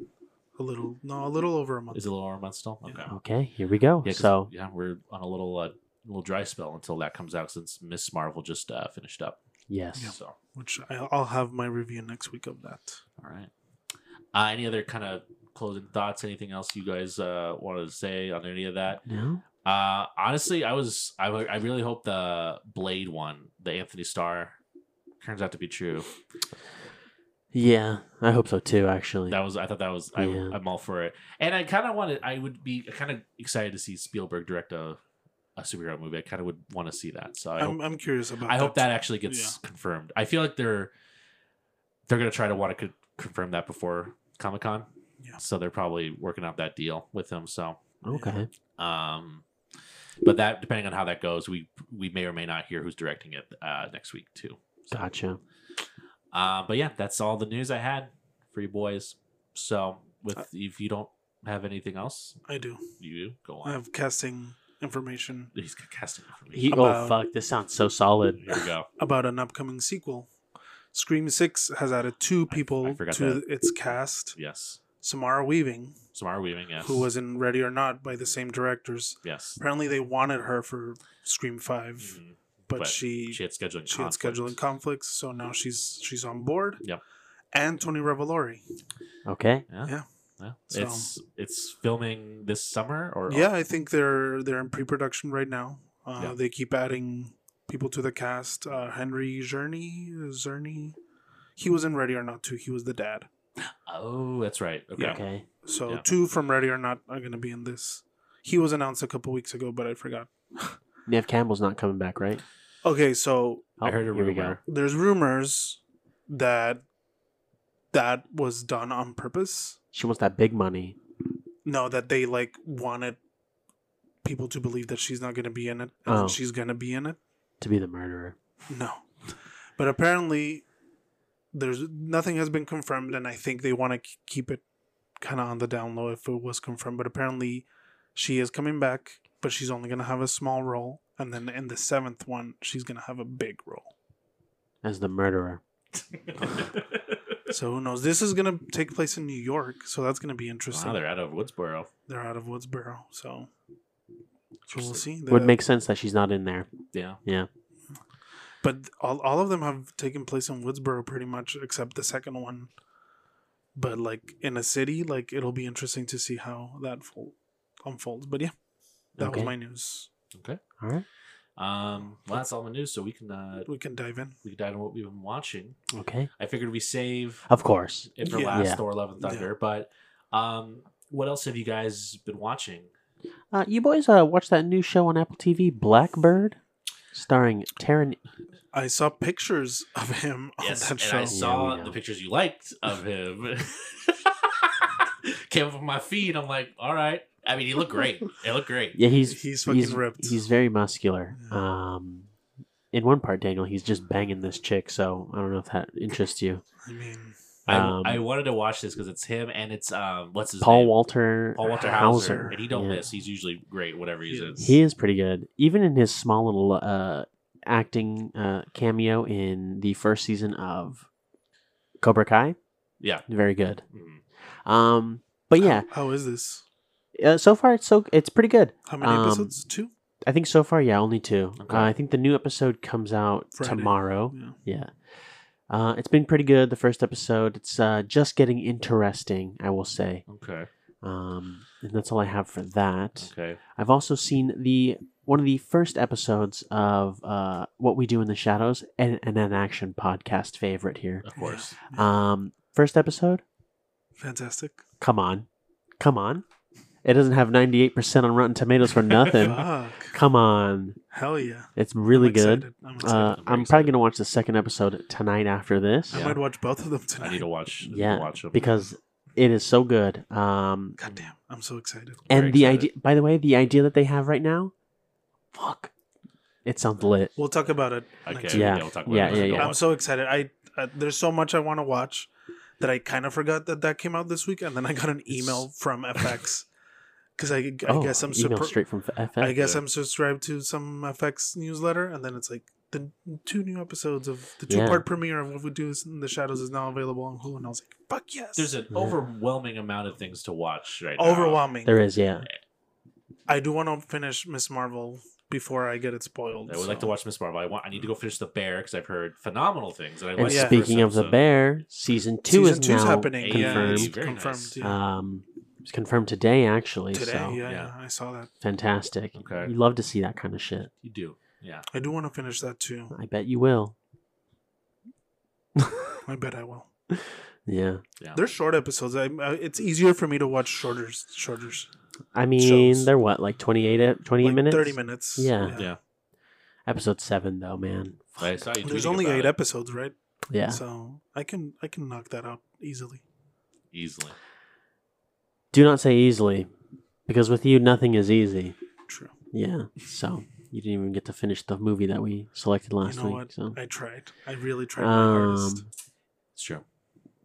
Speaker 4: a little. No, a little over a month.
Speaker 3: Is it a little over a month still? Okay. Yeah.
Speaker 5: Okay. Here we go.
Speaker 3: 'cause,
Speaker 5: so
Speaker 3: yeah, we're on a little uh, little dry spell until that comes out since Miss Marvel just uh, finished up.
Speaker 5: yes.
Speaker 4: Yeah.
Speaker 3: So,
Speaker 4: Which I, I'll have my review next week of that.
Speaker 3: all right. Uh, any other kind of closing thoughts? Anything else you guys uh, wanted to say on any of that?
Speaker 5: No.
Speaker 3: Uh, honestly, I was I, wa- I really hope the Blade one, the Anthony Starr, turns out to be true.
Speaker 5: Yeah, I hope so too. Actually.
Speaker 3: That was I thought that was I,
Speaker 5: Yeah.
Speaker 3: I'm all for it, and I kind of wanted I would be kind of excited to see Spielberg direct a, a superhero movie. I kind of would want to see that. So I hope,
Speaker 4: I'm, I'm curious about.
Speaker 3: I hope that actually gets
Speaker 4: yeah.
Speaker 3: confirmed. I feel like they're they're gonna try to want to co- confirm that before Comic Con.
Speaker 4: Yeah.
Speaker 3: So they're probably working out that deal with him. So
Speaker 5: okay.
Speaker 3: um, but that depending on how that goes, we we may or may not hear who's directing it uh, next week too. So,
Speaker 5: Gotcha.
Speaker 3: uh, but yeah, that's all the news I had for you boys. So with
Speaker 4: Uh,
Speaker 3: if you don't have anything else,
Speaker 4: I do.
Speaker 3: you go
Speaker 4: I
Speaker 3: on.
Speaker 4: have casting information
Speaker 3: He's casting information.
Speaker 5: He, oh
Speaker 4: About-
Speaker 5: fuck! This sounds so solid.
Speaker 3: Here we go.
Speaker 4: about an upcoming sequel. Scream Six has added two people
Speaker 3: I forgot
Speaker 4: to
Speaker 3: that.
Speaker 4: its cast.
Speaker 3: Yes.
Speaker 4: Samara Weaving,
Speaker 3: Samara Weaving. Yes.
Speaker 4: who was in Ready or Not by the same directors.
Speaker 3: Yes.
Speaker 4: Apparently, they wanted her for Scream 5
Speaker 3: Mhm.
Speaker 4: but,
Speaker 3: but
Speaker 4: she
Speaker 3: She
Speaker 4: she,
Speaker 3: had scheduling.
Speaker 4: had
Speaker 3: conflict.
Speaker 4: scheduling conflicts, so now she's she's on board.
Speaker 3: Yep.
Speaker 4: And Tony Revolori.
Speaker 5: Okay.
Speaker 3: Yeah.
Speaker 4: Yeah.
Speaker 3: Yeah.
Speaker 4: So-
Speaker 3: It's it's filming this summer or
Speaker 4: Yeah, I think they're they're in pre-production right now. Uh,
Speaker 3: Yeah.
Speaker 4: They keep adding people to the cast. Uh, Henry Zerny, uh, Zerny, he was in Ready or Not too. He was the dad.
Speaker 3: Oh, that's right. Okay.
Speaker 4: Yeah.
Speaker 5: Okay.
Speaker 4: So
Speaker 3: Yeah.
Speaker 4: two from Ready or Not are going to be in this. He was announced a couple weeks ago, but I forgot.
Speaker 5: Nev Campbell's not coming back, right? Oh,
Speaker 4: Okay, so
Speaker 3: I heard a
Speaker 5: here
Speaker 3: rumor.
Speaker 5: we go.
Speaker 4: there's rumors that that was done on purpose.
Speaker 5: She wants that big money.
Speaker 4: No, that they like wanted people to believe that she's not going to be in it, and
Speaker 5: Oh.
Speaker 4: then she's going to be in it.
Speaker 5: to be the murderer.
Speaker 4: No, but apparently there's nothing has been confirmed, and I think they want to keep it kind of on the down low if it was confirmed. But apparently, she is coming back, but she's only going to have a small role, and then in the seventh one, she's going to have a big role.
Speaker 5: As the murderer.
Speaker 4: So who knows? This is going to take place in New York, so that's going to be interesting.
Speaker 3: wow, they're out of Woodsboro.
Speaker 4: They're out of Woodsboro, so so we'll see.
Speaker 5: Would
Speaker 4: The-
Speaker 5: make sense that she's not in there.
Speaker 3: Yeah.
Speaker 5: Yeah.
Speaker 4: but all, all of them have taken place in Woodsboro pretty much except the second one. But like in a city, like it'll be interesting to see how that fol- unfolds. But yeah, that
Speaker 5: Okay.
Speaker 4: was my news.
Speaker 3: Okay.
Speaker 5: All right.
Speaker 3: Um. Well, that's all the news, so we can uh
Speaker 4: We can dive in.
Speaker 3: we can dive into what we've been watching.
Speaker 5: Okay.
Speaker 3: I figured we save
Speaker 5: Of course.
Speaker 3: it for
Speaker 4: Yeah.
Speaker 3: last
Speaker 5: Oh, Yeah.
Speaker 3: Thor: Love and
Speaker 4: Yeah.
Speaker 3: Thunder, but um, what else have you guys been watching?
Speaker 5: Uh, you boys uh, watch that new show on Apple TV, Blackbird, starring Taryn.
Speaker 4: I saw pictures of him on
Speaker 3: Yes,
Speaker 4: Oh, that
Speaker 3: and
Speaker 4: show.
Speaker 3: I saw
Speaker 5: Yeah.
Speaker 3: the pictures you liked of him. Came up on my feed. I'm like, all right. I mean, he looked great. He looked great.
Speaker 5: Yeah,
Speaker 4: he's,
Speaker 5: he's
Speaker 4: fucking
Speaker 5: he's,
Speaker 4: ripped.
Speaker 5: He's very muscular.
Speaker 4: Yeah.
Speaker 5: Um, in one part, Daniel, he's just banging this chick. So I don't know if that interests you.
Speaker 4: I mean,
Speaker 3: I,
Speaker 5: Um,
Speaker 3: I wanted to watch this because it's him and it's um what's his
Speaker 5: Paul
Speaker 3: name?
Speaker 5: Walter.
Speaker 3: Paul Walter Hauser,
Speaker 5: Hauser.
Speaker 3: and he don't
Speaker 5: Yeah.
Speaker 3: miss. He's usually great, whatever he's
Speaker 4: He
Speaker 3: in.
Speaker 4: is.
Speaker 5: He is pretty good, even in his small little uh, acting uh, cameo in the first season of Cobra Kai.
Speaker 3: Yeah.
Speaker 5: Very good.
Speaker 3: Mhm.
Speaker 5: Um, but yeah,
Speaker 4: how is this?
Speaker 5: uh, so far it's so it's pretty good.
Speaker 4: How many
Speaker 5: Um,
Speaker 4: episodes? Two.
Speaker 5: I think so far, yeah, only two.
Speaker 3: Okay.
Speaker 5: Uh, I think the new episode comes out
Speaker 4: Friday.
Speaker 5: tomorrow.
Speaker 4: Yeah.
Speaker 5: Yeah. Uh, it's been pretty good. The first episode. It's uh, just getting interesting, I will say.
Speaker 3: Okay.
Speaker 5: Um, and that's all I have for that.
Speaker 3: Okay.
Speaker 5: I've also seen the one of the first episodes of uh, What We Do in the Shadows, and an, an action podcast favorite here.
Speaker 3: Of course.
Speaker 5: Um, first episode.
Speaker 4: Fantastic.
Speaker 5: Come on, come on. It doesn't have ninety eight percent on Rotten Tomatoes for nothing.
Speaker 4: Fuck.
Speaker 5: come on,
Speaker 4: Hell yeah.
Speaker 5: it's really
Speaker 4: I'm
Speaker 5: good.
Speaker 4: excited. I'm,
Speaker 5: Uh,
Speaker 4: excited.
Speaker 3: I'm very
Speaker 5: I'm probably
Speaker 3: excited.
Speaker 5: gonna watch the second episode tonight after this
Speaker 4: I
Speaker 3: yeah.
Speaker 4: might watch both of them
Speaker 3: I
Speaker 4: tonight.
Speaker 3: need to watch.
Speaker 5: Yeah,
Speaker 3: Watch them
Speaker 5: because it is so good. Um,
Speaker 4: God damn. I'm so excited.
Speaker 5: and
Speaker 3: Very
Speaker 5: the
Speaker 3: excited.
Speaker 5: idea. By the way, the idea that they have right now, fuck, it sounds lit.
Speaker 4: We'll talk about it. next
Speaker 3: Okay.
Speaker 4: week.
Speaker 5: Yeah.
Speaker 3: We'll talk about
Speaker 5: Yeah,
Speaker 3: it.
Speaker 5: yeah,
Speaker 3: later.
Speaker 5: yeah.
Speaker 4: I'm so excited. I uh, there's so much I want to watch that I kind of forgot that that came out this week, and then I got an email from FX because I, I
Speaker 5: oh,
Speaker 4: guess I'm
Speaker 5: email
Speaker 4: super,
Speaker 5: straight from FX.
Speaker 4: I guess
Speaker 3: Yeah.
Speaker 4: I'm subscribed to some FX newsletter, and then it's like the two new episodes of the two
Speaker 5: Yeah.
Speaker 4: part premiere of What We Do in the Shadows is now available on Hulu, and I was like, fuck yes,
Speaker 3: There's an
Speaker 5: Yeah.
Speaker 3: overwhelming amount of things to watch right now.
Speaker 4: overwhelming.
Speaker 5: there is, yeah.
Speaker 4: I do want to finish Miss Marvel before I get it spoiled.
Speaker 3: I would like
Speaker 4: so-
Speaker 3: to watch Miss Marvel. I want. I need to go finish the bear because I've heard phenomenal things. And I
Speaker 5: And
Speaker 3: liked the
Speaker 4: Yeah.
Speaker 3: first
Speaker 5: speaking of the
Speaker 3: episode.
Speaker 5: bear, season two
Speaker 4: Season
Speaker 5: is
Speaker 4: two's
Speaker 5: now
Speaker 4: happening. Yeah, it's
Speaker 5: confirmed.
Speaker 3: Very nice.
Speaker 4: confirmed. yeah.
Speaker 5: Um, it's confirmed today, actually.
Speaker 4: Today,
Speaker 5: so
Speaker 4: yeah,
Speaker 3: yeah.
Speaker 4: yeah, I saw that.
Speaker 5: fantastic.
Speaker 3: Okay.
Speaker 5: You love to see that kind of shit.
Speaker 3: you do, yeah.
Speaker 4: I do want to finish that too.
Speaker 5: I bet you will.
Speaker 4: I bet I will.
Speaker 5: yeah.
Speaker 4: They're short episodes. I, I, it's easier for me to watch shorter, shorter,
Speaker 5: I mean,
Speaker 4: Shows.
Speaker 5: they're what, like 28, e- 28
Speaker 4: like
Speaker 5: minutes?
Speaker 4: thirty minutes.
Speaker 5: Yeah.
Speaker 3: Yeah.
Speaker 5: Episode seven, though, man.
Speaker 3: I saw you
Speaker 4: There's
Speaker 3: tweeting
Speaker 4: only
Speaker 3: about
Speaker 4: eight
Speaker 3: it
Speaker 4: episodes, right?
Speaker 5: Yeah.
Speaker 4: So I can I can knock that out easily.
Speaker 3: easily.
Speaker 5: Do not say easily, because with you, nothing is easy.
Speaker 4: True.
Speaker 5: Yeah. So you didn't even get to finish the movie that we selected last
Speaker 4: you know
Speaker 5: week.
Speaker 4: what?
Speaker 5: So.
Speaker 4: I tried. I really tried my hardest.
Speaker 5: Um,
Speaker 3: It's true.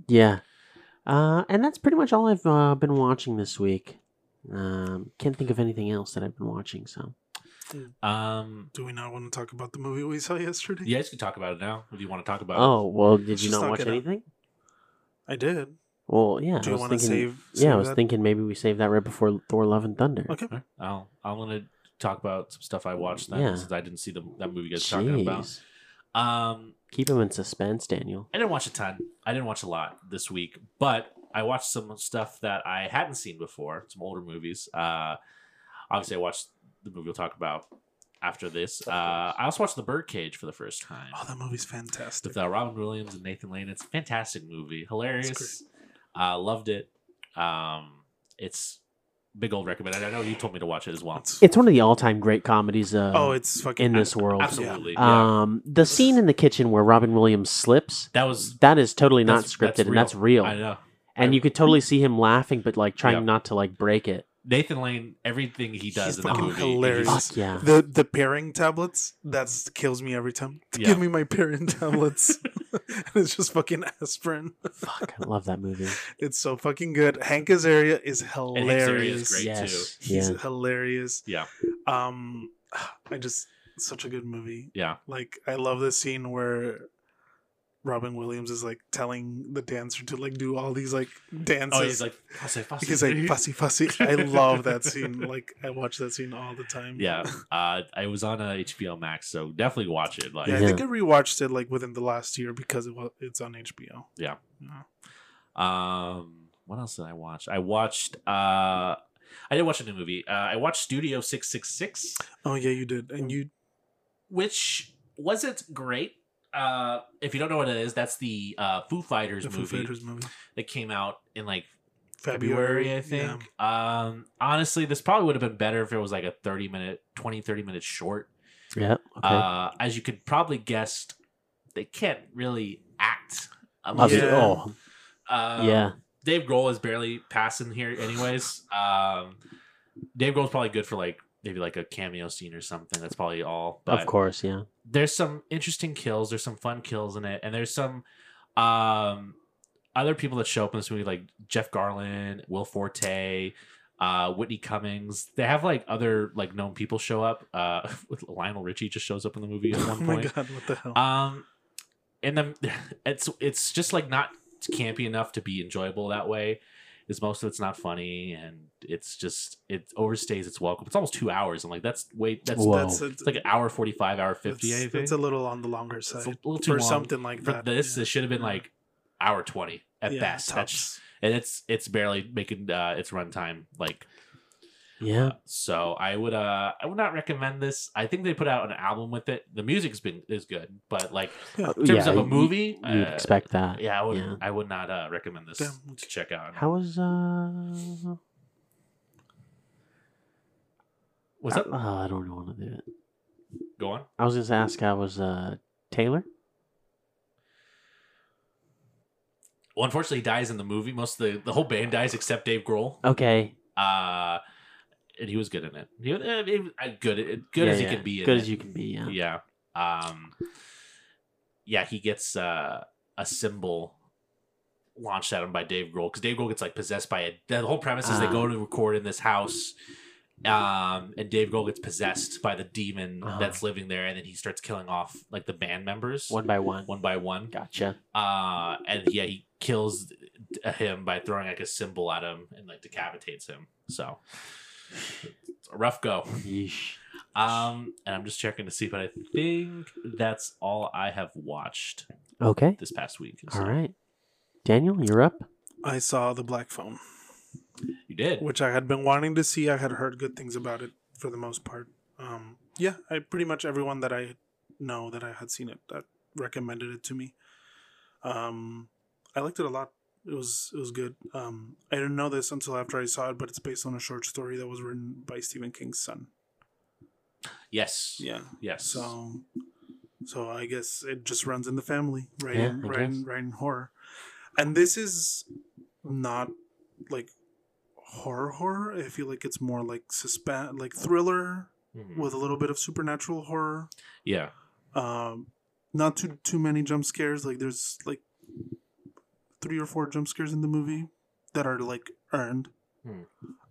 Speaker 5: yeah. Uh, and that's pretty much all I've uh, been watching this week. Um, can't think of anything else that I've been watching. So
Speaker 3: Um,
Speaker 4: Do we not want to talk about the movie we saw yesterday?
Speaker 3: you guys can talk about it now if you want to talk about. it.
Speaker 5: oh well, did
Speaker 4: Let's
Speaker 5: you
Speaker 4: just
Speaker 5: not
Speaker 4: knock
Speaker 5: watch
Speaker 4: it out.
Speaker 5: anything?
Speaker 4: I did.
Speaker 5: Well, yeah. I
Speaker 4: Do you
Speaker 5: was
Speaker 4: want to
Speaker 5: thinking-
Speaker 4: save?
Speaker 5: Yeah, I
Speaker 4: save
Speaker 5: was
Speaker 4: that?
Speaker 5: thinking maybe we save that right before Thor: Love and Thunder.
Speaker 4: Okay.
Speaker 3: All right. I'll I'm gonna talk about some stuff I watched then
Speaker 5: Yeah.
Speaker 3: since I didn't see the that movie you guys were talking about.
Speaker 5: Jeez.
Speaker 3: Um,
Speaker 5: Keep him in suspense, Daniel.
Speaker 3: I didn't watch a ton. I didn't watch a lot this week, but I watched some stuff that I hadn't seen before, some older movies. Uh, obviously, I watched the movie we'll talk about after this. Uh, I also watched The Birdcage for the first time
Speaker 4: Oh, that movie's
Speaker 3: with
Speaker 4: fantastic.
Speaker 3: uh, Robin Williams and Nathan Lane. It's a fantastic movie, hilarious. Uh, loved it. Um, it's big old recommend. I know you told me to watch it as well.
Speaker 4: It's-
Speaker 5: It's one of the all-time great comedies. Uh,
Speaker 4: oh, it's fucking.
Speaker 5: in this world.
Speaker 3: Absolutely, yeah.
Speaker 5: Um, the scene in the kitchen where Robin Williams slips.
Speaker 3: that was
Speaker 5: That is totally not
Speaker 3: That's-
Speaker 5: scripted,
Speaker 3: that's
Speaker 5: and that's
Speaker 3: real.
Speaker 5: real.
Speaker 3: I know.
Speaker 5: And
Speaker 3: I-
Speaker 5: you could totally see him laughing, but like trying
Speaker 3: Yeah.
Speaker 5: not to like break it.
Speaker 3: Nathan Lane, everything he does
Speaker 4: He's
Speaker 3: in that
Speaker 4: fucking
Speaker 3: movie,
Speaker 4: hilarious.
Speaker 3: he's-
Speaker 5: Fuck yeah!
Speaker 4: the the pairing tablets that kills me every time.
Speaker 3: Yeah.
Speaker 4: Give me my pairing tablets. and it's just fucking aspirin.
Speaker 5: Fuck, I love that movie.
Speaker 4: It's so fucking good. Hank Azaria is
Speaker 3: And Hank Azaria
Speaker 4: hilarious.
Speaker 3: is great
Speaker 5: yes,
Speaker 4: He's
Speaker 5: yeah.
Speaker 4: hilarious.
Speaker 3: Yeah.
Speaker 4: Um, I just such a good movie.
Speaker 3: Yeah.
Speaker 4: Like I love this scene where Robin Williams is like telling the dancer to like do all these like dances.
Speaker 3: Oh, he's like, fussy, fussy.
Speaker 4: He's like fussy fussy. I love that scene. Like I watch that scene all the time.
Speaker 3: yeah. Uh, I was on uh, HBO Max, so definitely watch it. Like,
Speaker 4: Yeah, I
Speaker 5: Yeah.
Speaker 4: think I rewatched it like within the last year because it was it's on HBO.
Speaker 3: Yeah.
Speaker 4: Yeah.
Speaker 3: um, what else did I watch? I watched. Uh, I did watch a new movie. Uh, I watched Studio Six Six Six,
Speaker 4: Oh yeah, you did, and you
Speaker 3: which wasn't great. Uh, if you don't know what it is, that's the uh, Foo Fighters
Speaker 4: the Foo
Speaker 3: movie
Speaker 4: Fighters movie
Speaker 3: that came out in like February, I
Speaker 4: yeah.
Speaker 3: think. Um, honestly, this probably would have been better if it was like a 30 minute, 20, 30 minute short.
Speaker 5: Yep. Okay.
Speaker 3: Uh, as you could probably guess, they can't really act. Um,
Speaker 5: Obvi-
Speaker 4: yeah.
Speaker 5: Oh,
Speaker 3: um,
Speaker 5: yeah.
Speaker 3: Dave Grohl is barely passing here, anyways. Um, Dave Grohl's probably good for like maybe like a cameo scene or something. That's probably all. But
Speaker 5: Of course, yeah.
Speaker 3: there's some interesting kills. There's some fun kills in it, and there's some um, other people that show up in this movie, like Jeff Garland, Will Forte, uh, Whitney Cummings. They have like other like known people show up. Uh, Lionel Richie just shows up in the movie at
Speaker 4: Oh
Speaker 3: one
Speaker 4: my
Speaker 3: point.
Speaker 4: god, what the hell?
Speaker 3: Um, and then it's it's just like not campy enough to be enjoyable that way. is most of it's not funny and it's just it overstays its welcome. It's almost two hours. I'm like, that's wait, that's
Speaker 5: Whoa.
Speaker 4: That's
Speaker 3: it's like an hour forty five, hour fifty. I
Speaker 4: It's,
Speaker 3: think
Speaker 4: it's a little on the longer
Speaker 3: It's a
Speaker 4: side
Speaker 3: little too
Speaker 4: for
Speaker 3: long.
Speaker 4: something like
Speaker 3: for
Speaker 4: that.
Speaker 3: this.
Speaker 4: yeah.
Speaker 3: It should have been
Speaker 4: Yeah.
Speaker 3: like hour twenty at
Speaker 4: Yeah,
Speaker 3: best. That's-
Speaker 4: tops.
Speaker 3: and it's it's barely making uh, its runtime like
Speaker 5: Yeah.
Speaker 3: uh, so I would uh I would not recommend this. I think they put out an album with it. The music's been is good, but like
Speaker 4: Yeah.
Speaker 3: uh, in terms
Speaker 5: Oh, yeah,
Speaker 3: of a
Speaker 5: you-
Speaker 3: movie,
Speaker 5: You'd
Speaker 3: uh,
Speaker 5: expect that.
Speaker 3: Yeah, I would
Speaker 5: yeah.
Speaker 3: I would not uh, recommend this
Speaker 4: Damn.
Speaker 3: to check out.
Speaker 5: How was uh?
Speaker 3: was
Speaker 5: I-
Speaker 3: that
Speaker 5: oh, I don't want to do it.
Speaker 3: go on?
Speaker 5: I was gonna ask how was uh Taylor.
Speaker 3: Well, unfortunately, he dies in the movie. Most of the the whole band dies except Dave Grohl.
Speaker 5: Okay.
Speaker 3: Uh, and he was good in it. He was uh, it- uh, good, good
Speaker 5: Yeah,
Speaker 3: as he
Speaker 5: yeah.
Speaker 3: can be. In
Speaker 5: Good
Speaker 3: it.
Speaker 5: as you can be. Yeah.
Speaker 3: yeah um yeah he gets uh a symbol launched at him by dave grohl because dave grohl gets like possessed by it the whole premise is they
Speaker 5: Ah.
Speaker 3: go to record in this house um and dave grohl gets possessed by the demon
Speaker 5: Uh-huh.
Speaker 3: that's living there and then he starts killing off like the band members
Speaker 5: One by one.
Speaker 3: one by one
Speaker 5: Gotcha.
Speaker 3: uh and yeah he kills him by throwing like a symbol at him and like decapitates him so it's a rough go
Speaker 5: Yeesh.
Speaker 3: um, and I'm just checking to see, but I think that's all I have watched
Speaker 5: Okay.
Speaker 3: this past week. So-
Speaker 5: All right. Daniel, you're up.
Speaker 4: I saw the Black Phone,
Speaker 3: you did.
Speaker 4: which I had been wanting to see. I had heard good things about it for the most part. Um, yeah, I pretty much everyone that I know that I had seen it that recommended it to me. Um, I liked it a lot. It was it was good. Um, I didn't know this until after I saw it, but it's based on a short story that was written by Stephen King's son.
Speaker 3: Yes.
Speaker 4: Yeah,
Speaker 3: Yes.
Speaker 4: So, so I guess it just runs in the family, right?
Speaker 5: Yeah,
Speaker 4: in,
Speaker 5: I
Speaker 4: right, in,
Speaker 5: guess.
Speaker 4: right in horror, and this is not like horror horror. I feel like it's more like suspense, like thriller
Speaker 3: Mhm.
Speaker 4: with a little bit of supernatural horror.
Speaker 3: yeah.
Speaker 4: Um, not too too many jump scares. Like there's like three or four jump scares in the movie that are like earned.
Speaker 3: Hmm.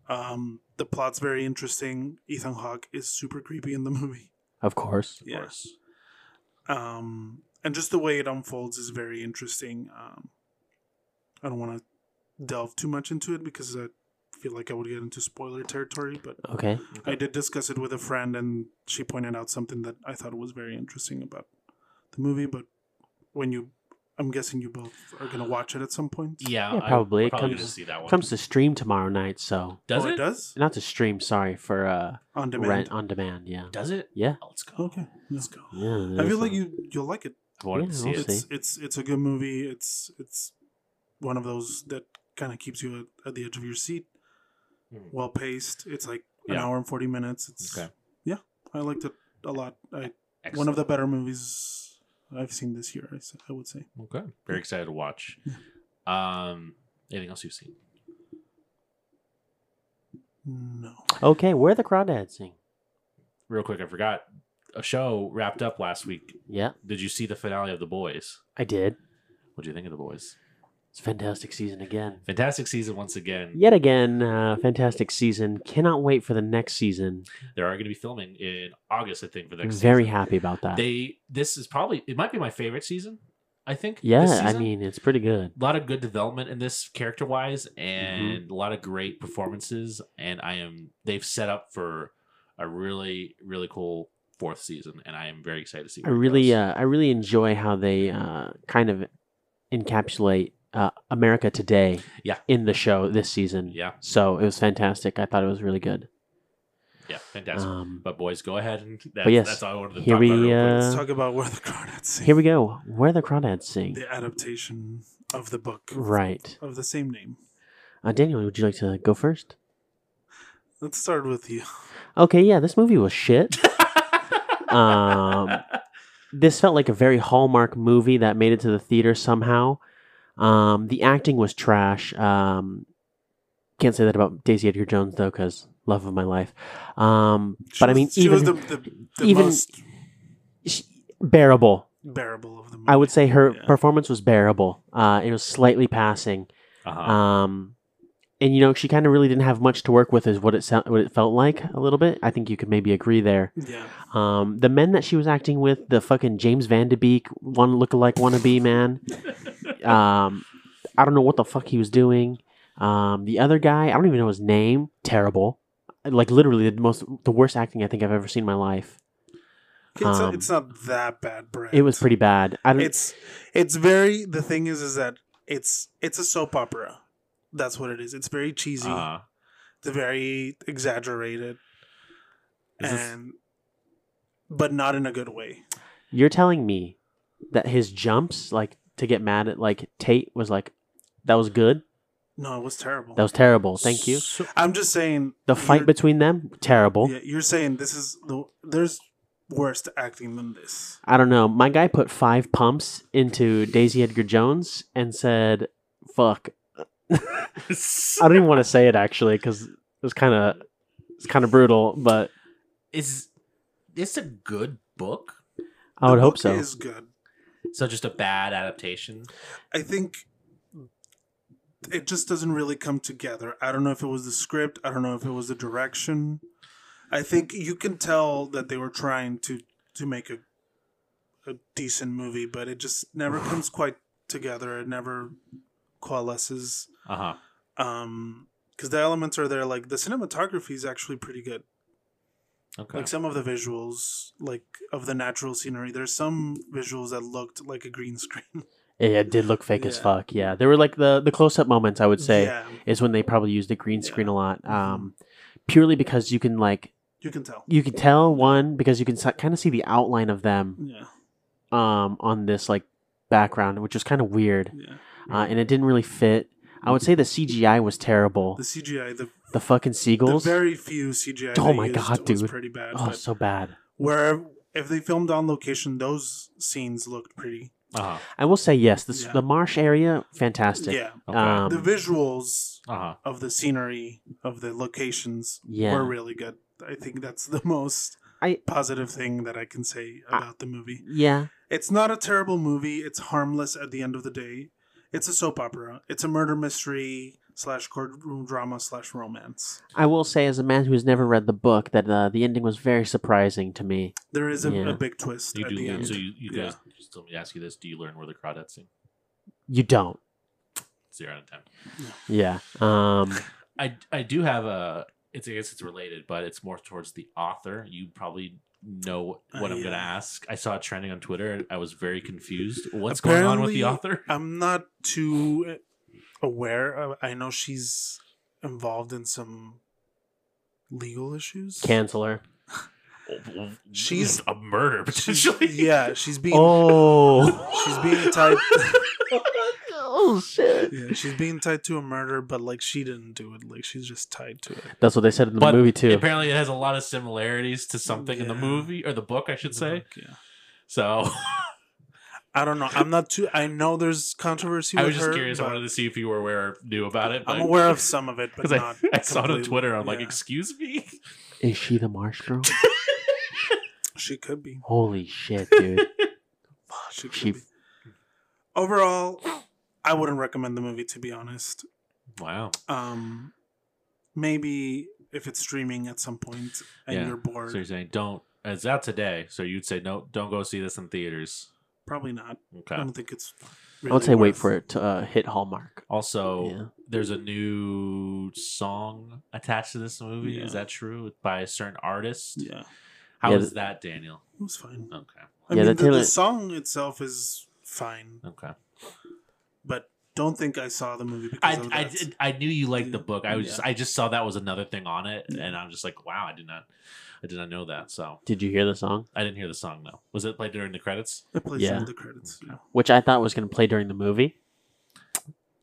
Speaker 4: Um, the plot's very interesting. Ethan Hawke is super creepy in the movie.
Speaker 5: Of course.
Speaker 3: Of
Speaker 4: Yeah.
Speaker 3: course.
Speaker 4: um and just the way it unfolds is very interesting um i don't want to delve too much into it because i feel like i would get into spoiler territory but
Speaker 5: Okay.
Speaker 4: i did discuss it with a friend and she pointed out something that i thought was very interesting about the movie but when you i'm guessing you both are going to watch it at some point
Speaker 3: Yeah.
Speaker 5: Yeah,
Speaker 3: I-
Speaker 5: probably.
Speaker 3: we're
Speaker 5: It
Speaker 3: probably
Speaker 5: comes-
Speaker 3: gonna see that one.
Speaker 5: Comes to stream tomorrow night, so
Speaker 3: does
Speaker 4: Oh,
Speaker 3: it?
Speaker 4: does
Speaker 5: not to stream. Sorry for uh
Speaker 4: on demand
Speaker 5: rent on demand. Yeah.
Speaker 3: Does it?
Speaker 5: Yeah.
Speaker 3: Oh, let's go.
Speaker 4: okay let's go
Speaker 5: Yeah.
Speaker 4: i feel like
Speaker 5: so-
Speaker 4: you you'll like it
Speaker 3: I wanted to
Speaker 5: Yeah,
Speaker 3: see
Speaker 5: we'll
Speaker 3: it.
Speaker 5: see.
Speaker 4: it's it's it's a good movie. It's it's one of those that kind of keeps you at, at the edge of your seat.
Speaker 5: Hmm.
Speaker 3: Mm.
Speaker 4: Well paced. It's like an
Speaker 3: Yeah.
Speaker 4: hour and forty minutes. It's
Speaker 3: Okay.
Speaker 4: yeah. I liked it a lot. I one
Speaker 3: Excellent.
Speaker 4: of the better movies I've seen this year. I, s- I would say.
Speaker 3: Okay. Very excited to watch. Um. Anything else you've seen?
Speaker 4: No.
Speaker 5: Okay, where the crawdads sing.
Speaker 3: Real quick, I forgot. A show wrapped up last week.
Speaker 5: Yeah,
Speaker 3: Did you see the finale of The Boys?
Speaker 5: I did.
Speaker 3: What do you think of The Boys?
Speaker 5: It's a fantastic season again.
Speaker 3: Fantastic season once again.
Speaker 5: Yet again, uh, fantastic season. Cannot wait for the next season.
Speaker 3: They are going to be filming in August, I think, for the next.
Speaker 5: Very
Speaker 3: season.
Speaker 5: happy about that.
Speaker 3: They this is probably it might be my favorite season. I think.
Speaker 5: yeah,
Speaker 3: this
Speaker 5: I
Speaker 3: season.
Speaker 5: mean Mm-hmm. it's pretty good.
Speaker 3: a lot of good development in this character wise, and a lot of great performances. And I am they've set up for a really really cool fourth season, and I am very excited to see.
Speaker 5: I
Speaker 3: where it
Speaker 5: really,
Speaker 3: goes.
Speaker 5: uh, I really enjoy how they uh, kind of encapsulate uh, America today.
Speaker 3: Yeah.
Speaker 5: in the show this season.
Speaker 3: yeah
Speaker 5: So it was fantastic. I thought it was really good.
Speaker 3: yeah fantastic.
Speaker 5: Um,
Speaker 3: but boys, go ahead and that's,
Speaker 5: yes,
Speaker 3: that's all I wanted to
Speaker 5: here
Speaker 3: talk
Speaker 5: we,
Speaker 3: about. real quick.
Speaker 5: Uh,
Speaker 4: Let's talk about where the crawdads sing.
Speaker 5: here we go. Where the crawdads sing.
Speaker 4: The adaptation of the book
Speaker 5: Right.
Speaker 4: of the same name.
Speaker 5: Uh, Daniel, would you like to go first?
Speaker 4: Let's start with you.
Speaker 5: Okay, yeah, this movie was shit. uh, um, this felt like a very hallmark movie that made it to the theater somehow. Um, the acting was trash. Um, can't say that about Daisy Edgar Jones though, because love of my life. Um,
Speaker 4: She
Speaker 5: but I
Speaker 4: was-
Speaker 5: mean,
Speaker 4: she was
Speaker 5: even
Speaker 4: the, the, the
Speaker 5: even-
Speaker 4: most
Speaker 5: she, bearable.
Speaker 4: bearable of them.
Speaker 5: I would say her
Speaker 4: Yeah.
Speaker 5: performance was bearable. Uh, it was slightly passing.
Speaker 3: Uh-huh.
Speaker 5: Um, and you know, she kind of really didn't have much to work with, is what it sound, what it felt like a little bit. I think you could maybe agree there.
Speaker 4: Yeah.
Speaker 5: Um, the men that she was acting with, the fucking James Van De Beek one lookalike wannabe man. Um, I don't know what the fuck he was doing. Um, the other guy, I don't even know his name. Terrible. Like literally the most, the worst acting I think I've ever seen in my life.
Speaker 4: It's,
Speaker 5: Um,
Speaker 4: it's not that bad, Brad.
Speaker 5: It was pretty bad. I don't.
Speaker 4: It's it's very. The thing is, is that it's it's a soap opera. That's what it is. It's very cheesy.
Speaker 3: Uh,
Speaker 4: It's very exaggerated,
Speaker 3: is this-
Speaker 4: and but not in a good way.
Speaker 5: You're telling me that his jumps, like to get mad at like Tate, was like that was good.
Speaker 4: No, it was terrible.
Speaker 5: That was terrible. Thank you.
Speaker 3: So-
Speaker 4: I'm just saying
Speaker 5: The fight
Speaker 4: you're-
Speaker 5: between them, terrible.
Speaker 4: Yeah, you're saying this is the there's worse acting than this.
Speaker 5: I don't know. My guy put five pumps into Daisy Edgar Jones and said, "Fuck." I don't even want to say it actually because it was kind of it's kind of brutal, but
Speaker 3: is this a good book?
Speaker 5: I would
Speaker 4: The
Speaker 5: hope
Speaker 4: book
Speaker 5: so.
Speaker 4: Is good.
Speaker 3: So just a bad adaptation.
Speaker 4: I think it just doesn't really come together. I don't know if it was the script. I don't know if it was the direction. I think you can tell that they were trying to to make a a decent movie, but it just never comes quite together. It never coalesces.
Speaker 3: Uh huh.
Speaker 4: Um, because the elements are there. Like the cinematography is actually pretty good.
Speaker 3: Okay.
Speaker 4: Like some of the visuals, like of the natural scenery. There's some visuals that looked like a green screen.
Speaker 5: Yeah, it did look fake as
Speaker 4: Yeah.
Speaker 5: fuck. Yeah, there were like the the close up moments. I would say
Speaker 4: yeah,
Speaker 5: is when they probably used the green
Speaker 4: Yeah.
Speaker 5: screen a lot,
Speaker 4: Mhm.
Speaker 5: um, purely because you can like
Speaker 4: you can tell.
Speaker 5: you can tell one because you can kind of see the outline of them
Speaker 4: Yeah,
Speaker 5: um on this like background, which was kind of weird,
Speaker 4: yeah.
Speaker 5: uh,
Speaker 4: Mm-hmm.
Speaker 5: and it didn't really fit. I would say the CGI was terrible.
Speaker 4: The CGI, the
Speaker 5: the fucking
Speaker 4: The
Speaker 5: seagulls,
Speaker 4: very few CGI.
Speaker 5: Oh
Speaker 4: they
Speaker 5: my
Speaker 4: used
Speaker 5: God,
Speaker 4: was
Speaker 5: dude.
Speaker 4: Pretty bad.
Speaker 5: oh,
Speaker 4: but
Speaker 5: so bad.
Speaker 4: where if they filmed on location, those scenes looked pretty.
Speaker 3: uh huh.
Speaker 5: I will say yes. This
Speaker 4: Yeah.
Speaker 5: the marsh area, fantastic.
Speaker 4: Yeah,
Speaker 3: Okay.
Speaker 5: Um,
Speaker 4: the visuals
Speaker 3: uh huh.
Speaker 4: of the scenery of the locations
Speaker 5: Yeah.
Speaker 4: were really good. I think that's the most
Speaker 5: I-
Speaker 4: positive thing that I can say
Speaker 5: I-
Speaker 4: about the movie.
Speaker 5: yeah.
Speaker 4: It's not a terrible movie. It's harmless at the end of the day. It's a soap opera. It's a murder mystery slash courtroom drama slash romance.
Speaker 5: I will say, as a man who has never read the book, that uh, the ending was very surprising to me.
Speaker 4: There is a,
Speaker 5: Yeah.
Speaker 4: a big twist
Speaker 3: You
Speaker 4: at
Speaker 3: do.
Speaker 4: the
Speaker 3: learn-
Speaker 4: end.
Speaker 3: So you, you
Speaker 4: Yeah.
Speaker 3: guys just let me ask you this: Do you learn where the crawdads sing?
Speaker 5: You don't.
Speaker 3: Zero out of ten.
Speaker 5: Yeah. Um.
Speaker 3: I I do have a. It's I guess it's related, but it's more towards the author. You probably know
Speaker 4: Uh,
Speaker 3: what I'm going to
Speaker 4: yeah.
Speaker 3: ask. I saw it trending on Twitter. and I was very confused. What's going on with
Speaker 4: Apparently-
Speaker 3: the author?
Speaker 4: I'm not too aware. of- I know she's involved in some legal issues.
Speaker 5: Cancel her.
Speaker 4: She's-
Speaker 3: a murder
Speaker 4: She's-
Speaker 3: potentially.
Speaker 4: yeah, she's being
Speaker 5: Oh.
Speaker 4: she's being tied.
Speaker 5: oh shit.
Speaker 4: Yeah, she's being tied to a murder, but like she didn't do it. Like she's just tied to it.
Speaker 5: That's what they said in the
Speaker 3: But
Speaker 5: movie too.
Speaker 3: Apparently, it has a lot of similarities to something in the
Speaker 4: Yeah. Mm-hmm.
Speaker 3: movie or the book, I should say.
Speaker 4: Like, yeah.
Speaker 3: So
Speaker 4: I don't know. I'm not too. I know there's controversy.
Speaker 3: I
Speaker 4: with
Speaker 3: was just
Speaker 4: her,
Speaker 3: curious. I
Speaker 4: but
Speaker 3: wanted to see if you were aware, or knew about it.
Speaker 4: I'm aware of some of it, but
Speaker 3: because I,
Speaker 4: not.
Speaker 3: I saw it on
Speaker 4: completely.
Speaker 3: Twitter. I'm like,
Speaker 4: Yeah.
Speaker 3: excuse me.
Speaker 5: Is she the marsh girl?
Speaker 4: she could be.
Speaker 5: Holy shit, dude.
Speaker 4: She could
Speaker 5: She-
Speaker 4: be. Overall, I wouldn't recommend the movie to be honest.
Speaker 3: Wow.
Speaker 4: um maybe if it's streaming at some point and
Speaker 3: Yeah.
Speaker 4: you're bored
Speaker 3: So you're saying don't? It's out today, so you'd say no. Don't go see this in theaters.
Speaker 4: probably not i
Speaker 5: Hmm.
Speaker 3: Okay.
Speaker 4: don't think it's
Speaker 5: I would say wait
Speaker 4: worth-
Speaker 5: for it to uh, hit Hallmark.
Speaker 4: Oh.
Speaker 3: Also,
Speaker 5: Yeah.
Speaker 3: there's a new song attached to this movie. Is
Speaker 4: Yeah.
Speaker 3: that true? By a certain artist.
Speaker 4: yeah it
Speaker 3: How
Speaker 5: Yeah,
Speaker 3: is
Speaker 5: th-
Speaker 3: that, Daniel?
Speaker 4: was fine
Speaker 3: Okay.
Speaker 5: Yeah,
Speaker 4: i mean
Speaker 5: the
Speaker 4: the, the
Speaker 5: Taylor-
Speaker 4: song itself is fine
Speaker 3: Okay.
Speaker 4: but don't think i saw the movie because
Speaker 3: I,
Speaker 4: of
Speaker 3: I
Speaker 4: that.
Speaker 3: did, I knew you liked the book. I was
Speaker 4: Yeah.
Speaker 3: just, I just saw that was another thing on it, and I'm just like, wow, I did not, I did not know that. So
Speaker 5: Did you hear the song?
Speaker 3: I didn't hear the song though. Was it played during the credits?
Speaker 4: it plays
Speaker 5: Yeah.
Speaker 4: in the credits yeah.
Speaker 5: Which I thought was going to play during the movie.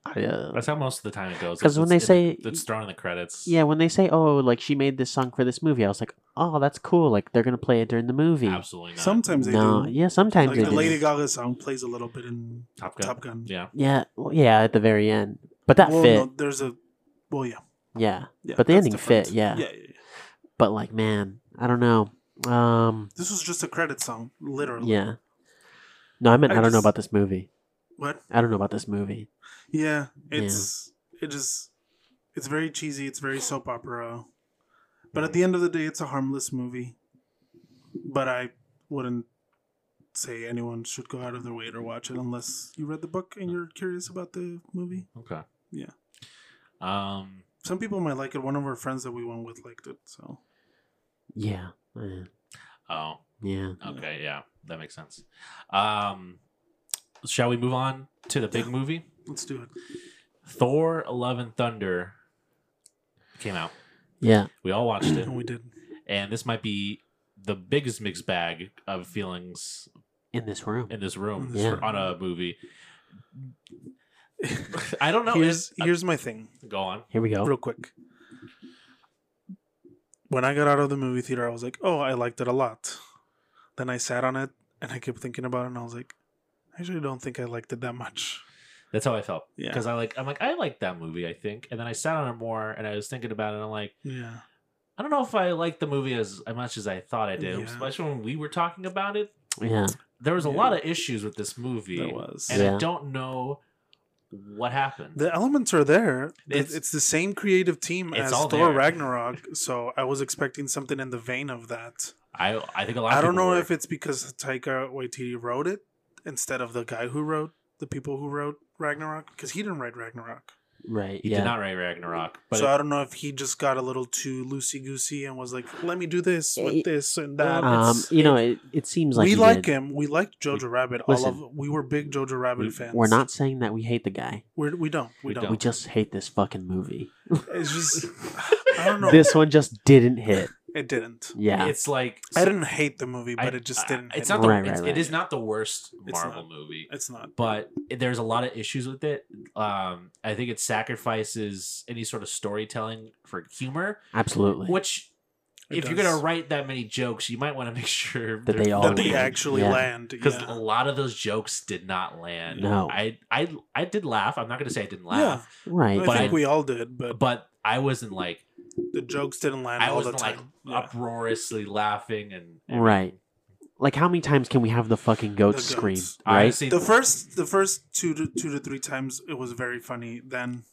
Speaker 5: I, uh,
Speaker 3: That's how most of the time it goes.
Speaker 5: 'Cause when
Speaker 3: It's-
Speaker 5: they
Speaker 3: it's-
Speaker 5: say-
Speaker 3: it's thrown in the credits,
Speaker 5: yeah, when they say, "Oh, like she made this song for this movie," I was like, "Oh, that's cool! Like they're gonna play it during the movie."
Speaker 3: absolutely not.
Speaker 4: sometimes they
Speaker 5: No,
Speaker 4: do
Speaker 5: yeah, sometimes
Speaker 4: like
Speaker 5: they
Speaker 4: the
Speaker 5: do.
Speaker 4: lady gaga song plays a little bit in
Speaker 3: Top Gun.
Speaker 4: top gun
Speaker 3: Yeah,
Speaker 5: Yeah, well, yeah, at the very end, but that
Speaker 4: well,
Speaker 5: fit.
Speaker 4: no, there's a well yeah,
Speaker 5: Yeah,
Speaker 4: yeah
Speaker 5: But the
Speaker 4: that's
Speaker 5: ending fit, yeah.
Speaker 4: yeah, yeah, yeah.
Speaker 5: but like, man, I don't know. Um,
Speaker 4: this was just a credit song literally
Speaker 5: yeah. No, I meant I,
Speaker 4: I
Speaker 5: don't know
Speaker 4: just-
Speaker 5: about this movie.
Speaker 4: what
Speaker 5: I don't know about this movie.
Speaker 4: Yeah,
Speaker 5: Yeah.
Speaker 4: it's it just it's very cheesy. It's very soap opera, but at the end of the day, it's a harmless movie. But I wouldn't say anyone should go out of their way to watch it unless you read the book and you're curious about the movie.
Speaker 3: Okay.
Speaker 4: Yeah.
Speaker 3: Um,
Speaker 4: Some people might like it. One of our friends that we went with liked it. So
Speaker 5: Yeah. eh,
Speaker 3: oh,
Speaker 5: Yeah.
Speaker 3: okay, yeah, that makes sense. Um, shall we move on to the big movie?
Speaker 4: let's do it.
Speaker 3: Thor: Love and Thunder came out.
Speaker 5: Yeah.
Speaker 3: We all watched it,
Speaker 4: And we did.
Speaker 3: and this might be the biggest mixed bag of feelings
Speaker 5: In this room.
Speaker 3: in this room
Speaker 4: In this
Speaker 5: Yeah.
Speaker 4: room.
Speaker 3: on a movie. I don't know.
Speaker 4: here's
Speaker 3: it's-
Speaker 4: here's my thing,
Speaker 3: go on.
Speaker 5: Here we go.
Speaker 4: real quick. When I got out of the movie theater, I was like, "Oh, I liked it a lot." Then I sat on it and I kept thinking about it, and I was like, "I actually don't think I liked it that much."
Speaker 3: That's how I felt.
Speaker 4: Yeah.
Speaker 3: Because I like I'm like, I like that movie, I think. And then I sat on it more and I was thinking about it and I'm like,
Speaker 4: Yeah,
Speaker 3: I don't know if I like the movie as, as much as I thought I did.
Speaker 4: Yeah.
Speaker 3: Especially when we were talking about it.
Speaker 5: Yeah.
Speaker 3: There was a
Speaker 4: Yeah.
Speaker 3: lot of issues with this movie.
Speaker 4: that was.
Speaker 3: And I
Speaker 5: Yeah.
Speaker 3: don't know what happened.
Speaker 4: The elements are there. The- It's,
Speaker 3: It's-
Speaker 4: the same creative team
Speaker 3: It's
Speaker 4: as
Speaker 3: all
Speaker 4: Thor
Speaker 3: there.
Speaker 4: Ragnarok, so I was expecting something in the vein of that.
Speaker 3: I I think a lot of
Speaker 4: I don't
Speaker 3: people
Speaker 4: know
Speaker 3: were.
Speaker 4: if it's because Taika Waititi wrote it instead of the guy who wrote the people who wrote Ragnarok because he didn't write Ragnarok.
Speaker 5: Right.
Speaker 3: he
Speaker 5: yeah.
Speaker 3: did not write Ragnarok. But
Speaker 4: so I don't know if he just got a little too loosey goosey and was like, "Let me do this with
Speaker 5: It-
Speaker 4: this and that."
Speaker 5: um,
Speaker 4: It's-
Speaker 5: you know, it, it seems like
Speaker 4: we
Speaker 5: he
Speaker 4: like
Speaker 5: did.
Speaker 4: him. We liked Jojo Rabbit.
Speaker 5: Listen.
Speaker 4: all of we were big Jojo Rabbit fans.
Speaker 5: We're not saying that we hate the guy.
Speaker 4: We're, we don't. We,
Speaker 3: We
Speaker 4: don't.
Speaker 3: don't.
Speaker 5: We just hate this fucking movie.
Speaker 4: It's just I don't know.
Speaker 5: This one just didn't hit.
Speaker 4: it didn't.
Speaker 5: Yeah.
Speaker 3: it's like
Speaker 4: I didn't hate the movie, but
Speaker 3: I-
Speaker 4: it just
Speaker 3: I-
Speaker 4: didn't.
Speaker 3: It's
Speaker 4: hit
Speaker 3: not
Speaker 4: me.
Speaker 3: the,
Speaker 5: Right,
Speaker 3: it's,
Speaker 5: right,
Speaker 3: it is
Speaker 5: right.
Speaker 3: not the worst
Speaker 4: It's
Speaker 3: Marvel
Speaker 4: not.
Speaker 3: movie.
Speaker 4: It's not.
Speaker 3: but there's a lot of issues with it. Um, I think it sacrifices any sort of storytelling for humor,
Speaker 5: Absolutely.
Speaker 3: which
Speaker 4: It
Speaker 3: if you're
Speaker 4: does.
Speaker 3: gonna write that many jokes, you might want to make sure
Speaker 5: That they all
Speaker 4: that
Speaker 5: That
Speaker 4: they
Speaker 5: land.
Speaker 4: actually
Speaker 5: Yeah.
Speaker 4: land,
Speaker 3: because a
Speaker 4: yeah.
Speaker 3: lot of those jokes did not land.
Speaker 5: No.
Speaker 3: I I I did laugh. I'm not gonna say I didn't laugh,
Speaker 5: right.
Speaker 4: I
Speaker 3: But
Speaker 4: think
Speaker 3: I-
Speaker 4: we all did, but
Speaker 3: but I wasn't like
Speaker 4: the jokes didn't land
Speaker 3: I
Speaker 4: all the
Speaker 3: wasn't like
Speaker 4: time. Yeah.
Speaker 3: uproariously laughing and, and
Speaker 5: Right. Like how many times can we have the fucking goats
Speaker 4: The
Speaker 5: scream?
Speaker 4: goats.
Speaker 5: Right.
Speaker 3: Honestly,
Speaker 4: The first, the first two to two to three times, it was very funny. Then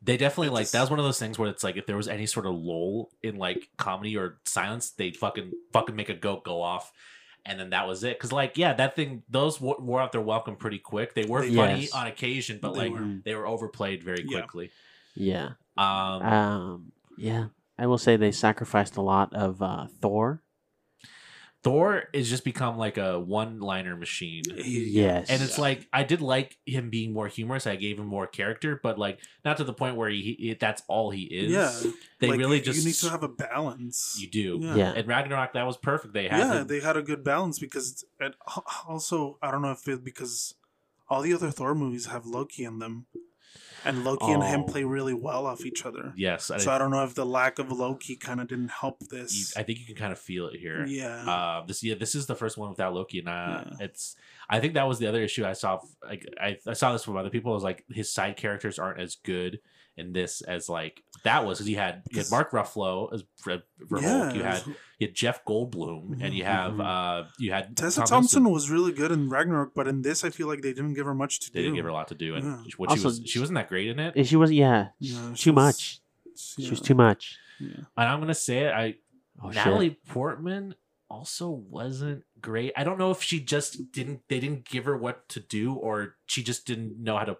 Speaker 3: they definitely
Speaker 4: it
Speaker 3: like
Speaker 4: just-
Speaker 3: that was one of those things where it's like if there was any sort of lull in like comedy or silence they fucking fucking make a goat go off and then that was it because like yeah that thing those w- wore out their welcome pretty quick they were
Speaker 4: They-
Speaker 3: funny
Speaker 5: Yes.
Speaker 3: on occasion but
Speaker 4: They
Speaker 3: like
Speaker 5: were.
Speaker 3: they were overplayed very
Speaker 4: Yeah.
Speaker 3: quickly
Speaker 5: yeah.
Speaker 3: um
Speaker 5: Um. Yeah. I will say they sacrificed a lot of uh, Thor.
Speaker 3: thor has just become like a one liner machine
Speaker 5: Yes.
Speaker 3: and it's like i did like him being more humorous i gave him more character but like not to the point where he, he that's all he is
Speaker 4: yeah,
Speaker 3: they
Speaker 4: like,
Speaker 3: really
Speaker 4: you-
Speaker 3: just
Speaker 4: you need to have a balance.
Speaker 3: you do
Speaker 4: Yeah.
Speaker 5: yeah.
Speaker 3: and ragnarok that was perfect they had
Speaker 4: yeah,
Speaker 3: him-
Speaker 4: they had a good balance because it, also I don't know if it because all the other Thor movies have Loki in them, and Loki and him
Speaker 5: Oh.
Speaker 4: play really well off each other.
Speaker 3: Yes, and
Speaker 4: So
Speaker 3: I,
Speaker 4: I don't know if the lack of Loki kind of didn't help
Speaker 3: you,
Speaker 4: this.
Speaker 3: I think you can kind of feel it here.
Speaker 4: yeah,
Speaker 3: Uh, this yeah, this is the first one without Loki, and uh,
Speaker 4: Yeah.
Speaker 3: it's. I think that was the other issue I saw. f- Like I, I saw this from other people. It was like his side characters aren't as good in this as like that was because you had you had
Speaker 4: Because-
Speaker 3: Mark Ruffalo as Fred for Hulk. You had you had Jeff Goldblum, and you have uh you had
Speaker 4: Mm-hmm, Tessa
Speaker 3: Tom
Speaker 4: Thompson was really good in Ragnarok, but in this, I feel like they didn't give her much to
Speaker 3: They
Speaker 4: do.
Speaker 3: didn't give her a lot to do, and
Speaker 4: Yeah.
Speaker 3: what she
Speaker 5: Also,
Speaker 3: was she wasn't that great in it.
Speaker 5: And she was. Yeah.
Speaker 4: Yeah, she
Speaker 5: too
Speaker 4: was-
Speaker 5: much. She was
Speaker 4: yeah.
Speaker 5: too much.
Speaker 3: and I'm gonna say it. I
Speaker 5: Oh
Speaker 3: Natalie
Speaker 5: shit.
Speaker 3: Portman also wasn't great. I don't know if she just didn't they didn't give her what to do or she just didn't know how to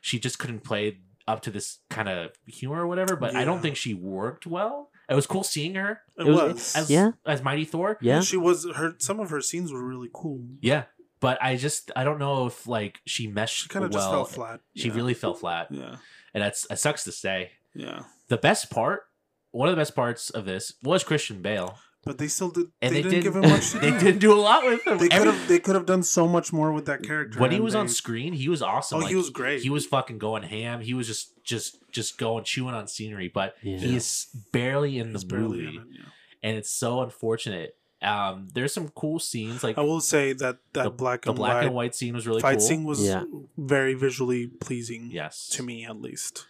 Speaker 3: she just couldn't play up to this kind of humor or whatever, but I don't
Speaker 4: Yeah.
Speaker 3: think she worked well. It was cool seeing her
Speaker 4: It,
Speaker 5: It was-
Speaker 4: was.
Speaker 3: as
Speaker 5: Yeah.
Speaker 3: as Mighty Thor.
Speaker 5: Yeah.
Speaker 4: She was her. Some of her scenes were really cool.
Speaker 3: Yeah. But I just I don't know if like she meshed
Speaker 4: She kind of
Speaker 3: well.
Speaker 4: just fell flat.
Speaker 3: She
Speaker 4: Yeah.
Speaker 3: really fell flat.
Speaker 4: Yeah.
Speaker 3: And that's it sucks to say.
Speaker 4: Yeah.
Speaker 3: The best part, one of the best parts of this was Christian Bale.
Speaker 4: But they still did.
Speaker 3: And
Speaker 4: they,
Speaker 3: they,
Speaker 4: didn't give
Speaker 3: did,
Speaker 4: him
Speaker 3: not
Speaker 4: much to
Speaker 3: they
Speaker 4: do.
Speaker 3: didn't do a lot with him.
Speaker 4: They could
Speaker 3: Every-
Speaker 4: have. They could have done so much more with that character.
Speaker 3: when he
Speaker 4: and
Speaker 3: was on
Speaker 4: they-
Speaker 3: screen, he was awesome.
Speaker 4: oh,
Speaker 3: like,
Speaker 4: he was great.
Speaker 3: he was fucking going ham. He was just just just going chewing on scenery, but
Speaker 5: Yeah.
Speaker 3: he is barely in
Speaker 4: He's
Speaker 3: the
Speaker 4: barely
Speaker 3: movie,
Speaker 4: in it, yeah.
Speaker 3: and it's so unfortunate. Um, there's some cool scenes, like
Speaker 4: I will say that that
Speaker 3: The-
Speaker 4: black,
Speaker 3: the
Speaker 4: and,
Speaker 3: black
Speaker 4: white
Speaker 3: and white scene was really
Speaker 4: fight
Speaker 3: cool.
Speaker 4: scene was
Speaker 5: Yeah.
Speaker 4: very visually pleasing.
Speaker 3: yes,
Speaker 4: To me, at least.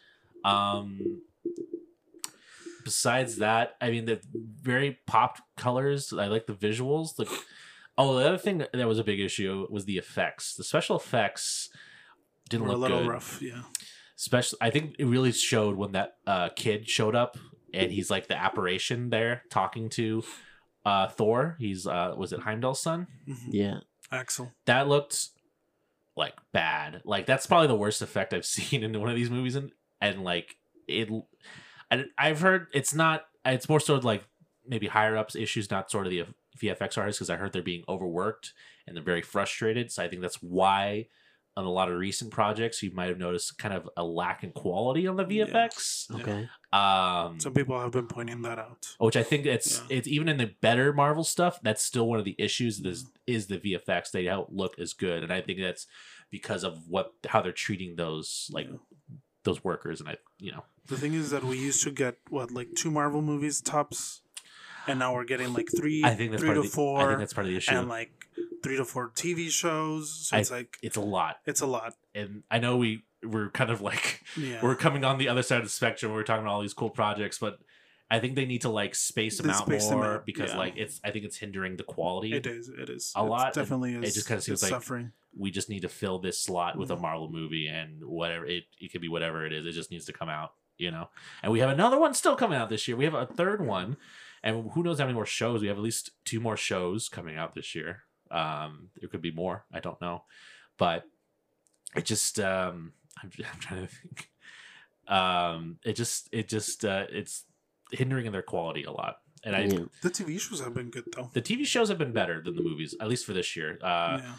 Speaker 3: Um, besides that, I mean, the very popped colors. I like the visuals. The oh, the other thing that that was a big issue was the effects. The special effects didn't
Speaker 4: Were a
Speaker 3: look
Speaker 4: little
Speaker 3: good.
Speaker 4: rough. Yeah.
Speaker 3: Especially, I think it really showed when that uh, kid showed up and he's like the apparition there talking to uh, Thor. He's uh, was it Heimdall's son?
Speaker 4: Mhm.
Speaker 5: Yeah.
Speaker 4: Axel.
Speaker 3: That looked like bad. Like that's probably the worst effect I've seen in one of these movies, and and like it I, i've heard it's not it's more sort of like maybe higher ups issues not sort of the vfx artists because i heard they're being overworked and they're very frustrated so i think that's why on a lot of recent projects you might have noticed kind of a lack in quality on the
Speaker 4: Yeah.
Speaker 3: vfx
Speaker 4: Yeah.
Speaker 5: Okay.
Speaker 3: um
Speaker 4: Some people have been pointing that out.
Speaker 3: which I think it's it's even in the better Marvel stuff. That's still one of the issues. This is the VFX they don't look as good, and I think that's because of what how they're treating those like
Speaker 4: Yeah.
Speaker 3: those workers. And I, you know,
Speaker 4: The thing is that we used to get what like two Marvel movies tops, and now we're getting like three,
Speaker 3: I think that's
Speaker 4: three
Speaker 3: part
Speaker 4: to
Speaker 3: of the,
Speaker 4: four,
Speaker 3: I think that's part of the issue.
Speaker 4: and like three to four TV shows. So
Speaker 3: I-
Speaker 4: it's like
Speaker 3: it's a lot,
Speaker 4: it's a lot.
Speaker 3: and I know we we're kind of like
Speaker 4: Yeah,
Speaker 3: we're coming on the other side of the spectrum. We're talking about all these cool projects, but. I think they need to like space them
Speaker 4: They
Speaker 3: out
Speaker 4: space them
Speaker 3: more
Speaker 4: out,
Speaker 3: because
Speaker 4: yeah.
Speaker 3: like it's I think it's hindering the quality.
Speaker 4: it is. It is
Speaker 3: a
Speaker 4: It's
Speaker 3: lot, and
Speaker 4: Definitely is.
Speaker 3: it just kinda seems
Speaker 4: it's
Speaker 3: like-
Speaker 4: suffering.
Speaker 3: we just need to fill this slot with a
Speaker 5: Mm-hmm.
Speaker 4: Mhm.
Speaker 3: Marvel movie and whatever it it could be whatever it is. It just needs to come out, you know. And we have another one still coming out this year. We have a third one, and who knows how many more shows? We have at least two more shows coming out this year. Um, there could be more. I don't know, but it just um, I'm, I'm trying to think. Um, it just it just uh, it's hindering their quality a lot, and I.
Speaker 5: Yeah.
Speaker 4: The TV shows have been good though.
Speaker 3: The TV shows have been better than the movies, at least for this year. Uh,
Speaker 4: yeah,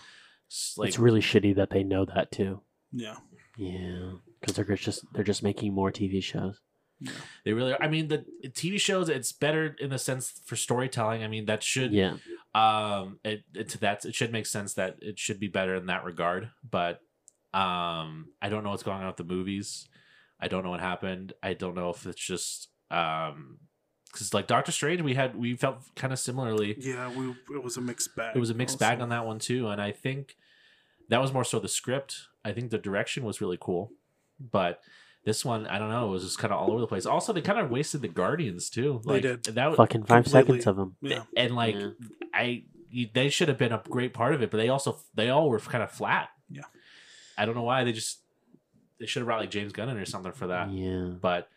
Speaker 3: s- like
Speaker 5: it's really shitty that they know that too.
Speaker 4: yeah,
Speaker 5: Yeah, because they're just they're just making more TV shows.
Speaker 3: They really are. I mean, the TV shows, it's better in the sense for storytelling. I mean, that should,
Speaker 5: Yeah,
Speaker 3: um, it, it to that, it should make sense that it should be better in that regard. But, um, I don't know what's going on with the movies. I don't know what happened. I don't know if it's just, um, because like Doctor Strange, we had, we felt kind of similarly.
Speaker 4: yeah. We it was a mixed bag.
Speaker 3: It was a mixed bag on that one too. And I think that was more so the script. I think the direction was really cool. But this one, I don't know, it was just kind of all over the place. Also, they kind of wasted the Guardians too.
Speaker 4: They
Speaker 3: Like
Speaker 4: did.
Speaker 3: that was
Speaker 5: fucking five
Speaker 4: completely-
Speaker 5: seconds of them.
Speaker 4: Yeah,
Speaker 3: and like
Speaker 5: Yeah.
Speaker 3: I you, they should have been a great part of it, but they also they all were kind of flat.
Speaker 4: Yeah.
Speaker 3: I don't know why they just they should have brought like James Gunn in or something for that.
Speaker 5: Yeah.
Speaker 3: But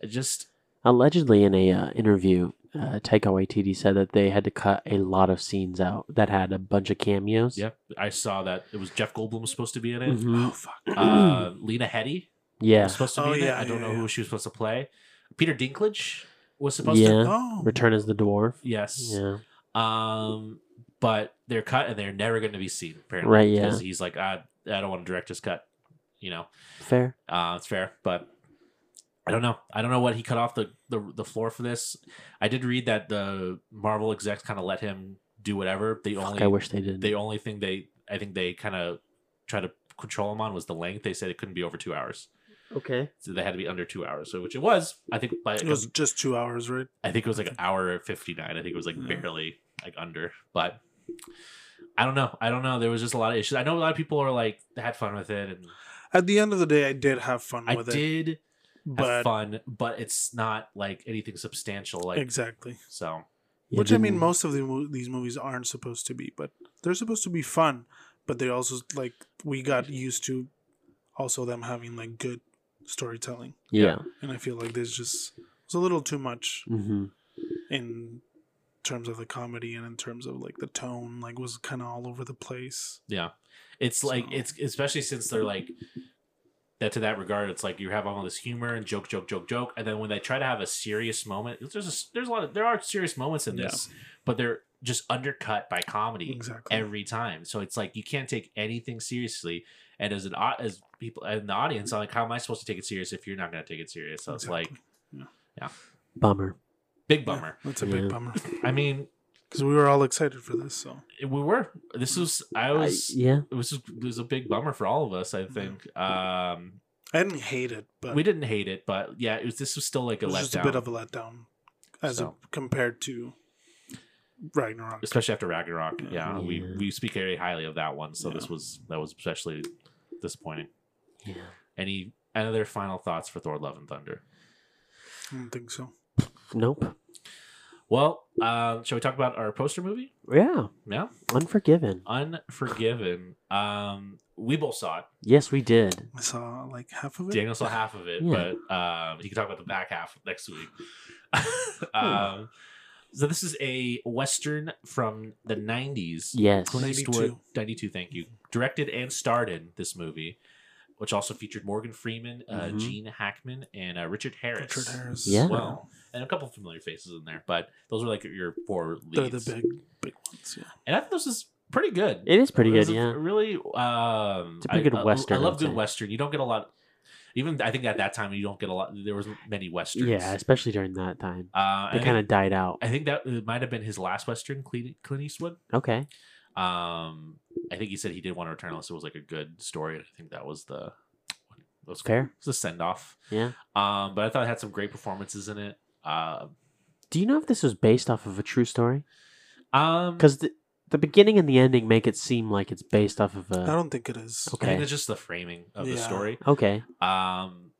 Speaker 3: it just
Speaker 5: Allegedly, in a uh, interview, uh, Taika Waititi said that they had to cut a lot of scenes out that had a bunch of cameos.
Speaker 3: yep, I saw that it was Jeff Goldblum was supposed to be in it.
Speaker 5: Mhm.
Speaker 4: Oh fuck.
Speaker 3: Uh, Lena Headey
Speaker 5: Yeah.
Speaker 3: was supposed to be
Speaker 4: Oh,
Speaker 3: in it.
Speaker 4: yeah,
Speaker 3: I don't
Speaker 4: yeah,
Speaker 3: know
Speaker 4: yeah.
Speaker 3: who she was supposed to play. Peter Dinklage was supposed to.
Speaker 5: Yeah.
Speaker 4: oh,
Speaker 5: Return as the dwarf.
Speaker 3: Yes.
Speaker 5: Yeah.
Speaker 3: Um, but they're cut and they're never going to be seen. Apparently,
Speaker 5: Right, yeah.
Speaker 3: Because he's like, I, I don't want to direct his cut. You know,
Speaker 5: Fair.
Speaker 3: uh, it's fair, but I don't know. I don't know what he cut off the the, the floor for this. I did read that the Marvel execs kind of let him do whatever. The
Speaker 5: Fuck,
Speaker 3: only
Speaker 5: I wish they didn't.
Speaker 3: the only thing they I think they kind of tried to control him on was the length. They said it couldn't be over two hours.
Speaker 5: okay.
Speaker 3: So they had to be under two hours, so which it was. I think by
Speaker 4: it was just two hours, right?
Speaker 3: I think it was like an hour fifty nine. I think it was like
Speaker 4: Yeah.
Speaker 3: barely like under, but I don't know. I don't know. There was just a lot of issues. I know a lot of people are like had fun with it, and
Speaker 4: At the end of the day, I did have fun
Speaker 3: I
Speaker 4: with it,
Speaker 3: did
Speaker 4: but
Speaker 3: have fun, but it's not like anything substantial. Like
Speaker 4: exactly.
Speaker 3: so,
Speaker 5: Yeah,
Speaker 4: Which I mean,
Speaker 5: didn't-
Speaker 4: most of the, mo- these movies aren't supposed to be, but they're supposed to be fun. But they also like we got used to also them having like good storytelling,
Speaker 5: Yeah.
Speaker 4: and I feel like there's just it's a little too much
Speaker 5: Mm-hmm.
Speaker 4: in terms of the comedy and in terms of like the tone. Like was kind of all over the place.
Speaker 3: yeah, it's like
Speaker 4: So-
Speaker 3: it's especially since they're like that. To that regard, it's like you have all this humor and joke, joke, joke, joke, and then when they try to have a serious moment, there's a, there's a lot of there are serious moments in
Speaker 4: Yeah.
Speaker 3: this, but they're just undercut by comedy.
Speaker 4: Exactly.
Speaker 3: every time. So it's like you can't take anything seriously. And as an au- as people in the audience, I'm like, how am I supposed to take it serious if you're not going to take it serious? So it's like
Speaker 4: Exactly.
Speaker 5: Bummer.
Speaker 3: big
Speaker 4: Yeah,
Speaker 3: bummer.
Speaker 4: that's a
Speaker 5: Yeah.
Speaker 4: big bummer
Speaker 3: I mean,
Speaker 4: because we were all excited for this. So
Speaker 3: we were. This was. I
Speaker 5: I-
Speaker 3: was.
Speaker 5: yeah.
Speaker 3: it was. Just, it was a big bummer for all of us. I
Speaker 4: Mhm.
Speaker 3: think. Um,
Speaker 4: I didn't hate it, but
Speaker 3: we didn't hate it, but yeah, it was. This was still like a
Speaker 4: it was
Speaker 3: letdown,
Speaker 4: just a bit of a letdown as
Speaker 3: So.
Speaker 4: a, compared to Ragnarok.
Speaker 3: especially after Ragnarok. Yeah,
Speaker 4: Yeah.
Speaker 3: we
Speaker 5: Yeah.
Speaker 3: we speak very highly of that one. So this
Speaker 4: Yeah.
Speaker 3: was that was especially disappointing.
Speaker 5: Yeah.
Speaker 3: Any any other final thoughts for Thor: Love and Thunder?
Speaker 4: I don't think so.
Speaker 5: Nope.
Speaker 3: Well, uh, shall we talk about our poster movie?
Speaker 5: Yeah.
Speaker 3: Yeah,
Speaker 5: Unforgiven.
Speaker 3: Unforgiven. Um, we both saw it.
Speaker 5: Yes, we did.
Speaker 4: I saw like half of it.
Speaker 3: Daniel saw half of it,
Speaker 5: Yeah.
Speaker 3: but um, he can talk about the back half next week. um, so this is a western from the '90s.
Speaker 5: Yes.
Speaker 3: Clint
Speaker 4: 92.
Speaker 3: Eastwood, 92, thank you. Directed and starred in this movie. which also featured Morgan Freeman, uh,
Speaker 5: Mhm.
Speaker 3: Gene Hackman, and uh, Richard Harris.
Speaker 4: Mm-hmm. Richard Harris.
Speaker 5: Yeah.
Speaker 3: Wow. And a couple familiar faces in there, but those were like your four
Speaker 4: They're
Speaker 3: leads.
Speaker 4: the big, big ones. Yeah.
Speaker 3: And I thought this is pretty good.
Speaker 5: It is pretty
Speaker 3: It was
Speaker 5: good,
Speaker 3: a
Speaker 5: yeah.
Speaker 3: Really, um,
Speaker 5: It's a pretty good
Speaker 3: I,
Speaker 5: Western,
Speaker 3: I,
Speaker 5: I
Speaker 3: love
Speaker 5: would
Speaker 3: good
Speaker 5: say.
Speaker 3: Western. You don't get a lot. Even I think at that time you don't get a lot. There was many westerns.
Speaker 5: Yeah, especially during that time.
Speaker 3: Uh,
Speaker 5: They kind of died out.
Speaker 3: I think that uh, might have been his last Western, Clint Clint Eastwood.
Speaker 5: Okay.
Speaker 3: Um, I think he said he did want to return unless it was like a good story. and I think that was the that was
Speaker 5: Fair.
Speaker 3: It was the send off.
Speaker 5: Yeah.
Speaker 3: Um, but I thought it had some great performances in it. Uh,
Speaker 5: Do you know if this was based off of a true story?
Speaker 3: um,
Speaker 5: Because the, the beginning and the ending make it seem like it's based off of
Speaker 4: I
Speaker 5: a.
Speaker 4: don't think it is.
Speaker 5: Okay.
Speaker 3: I think it's just the framing of the
Speaker 4: Yeah.
Speaker 3: story.
Speaker 5: Okay.
Speaker 3: Um,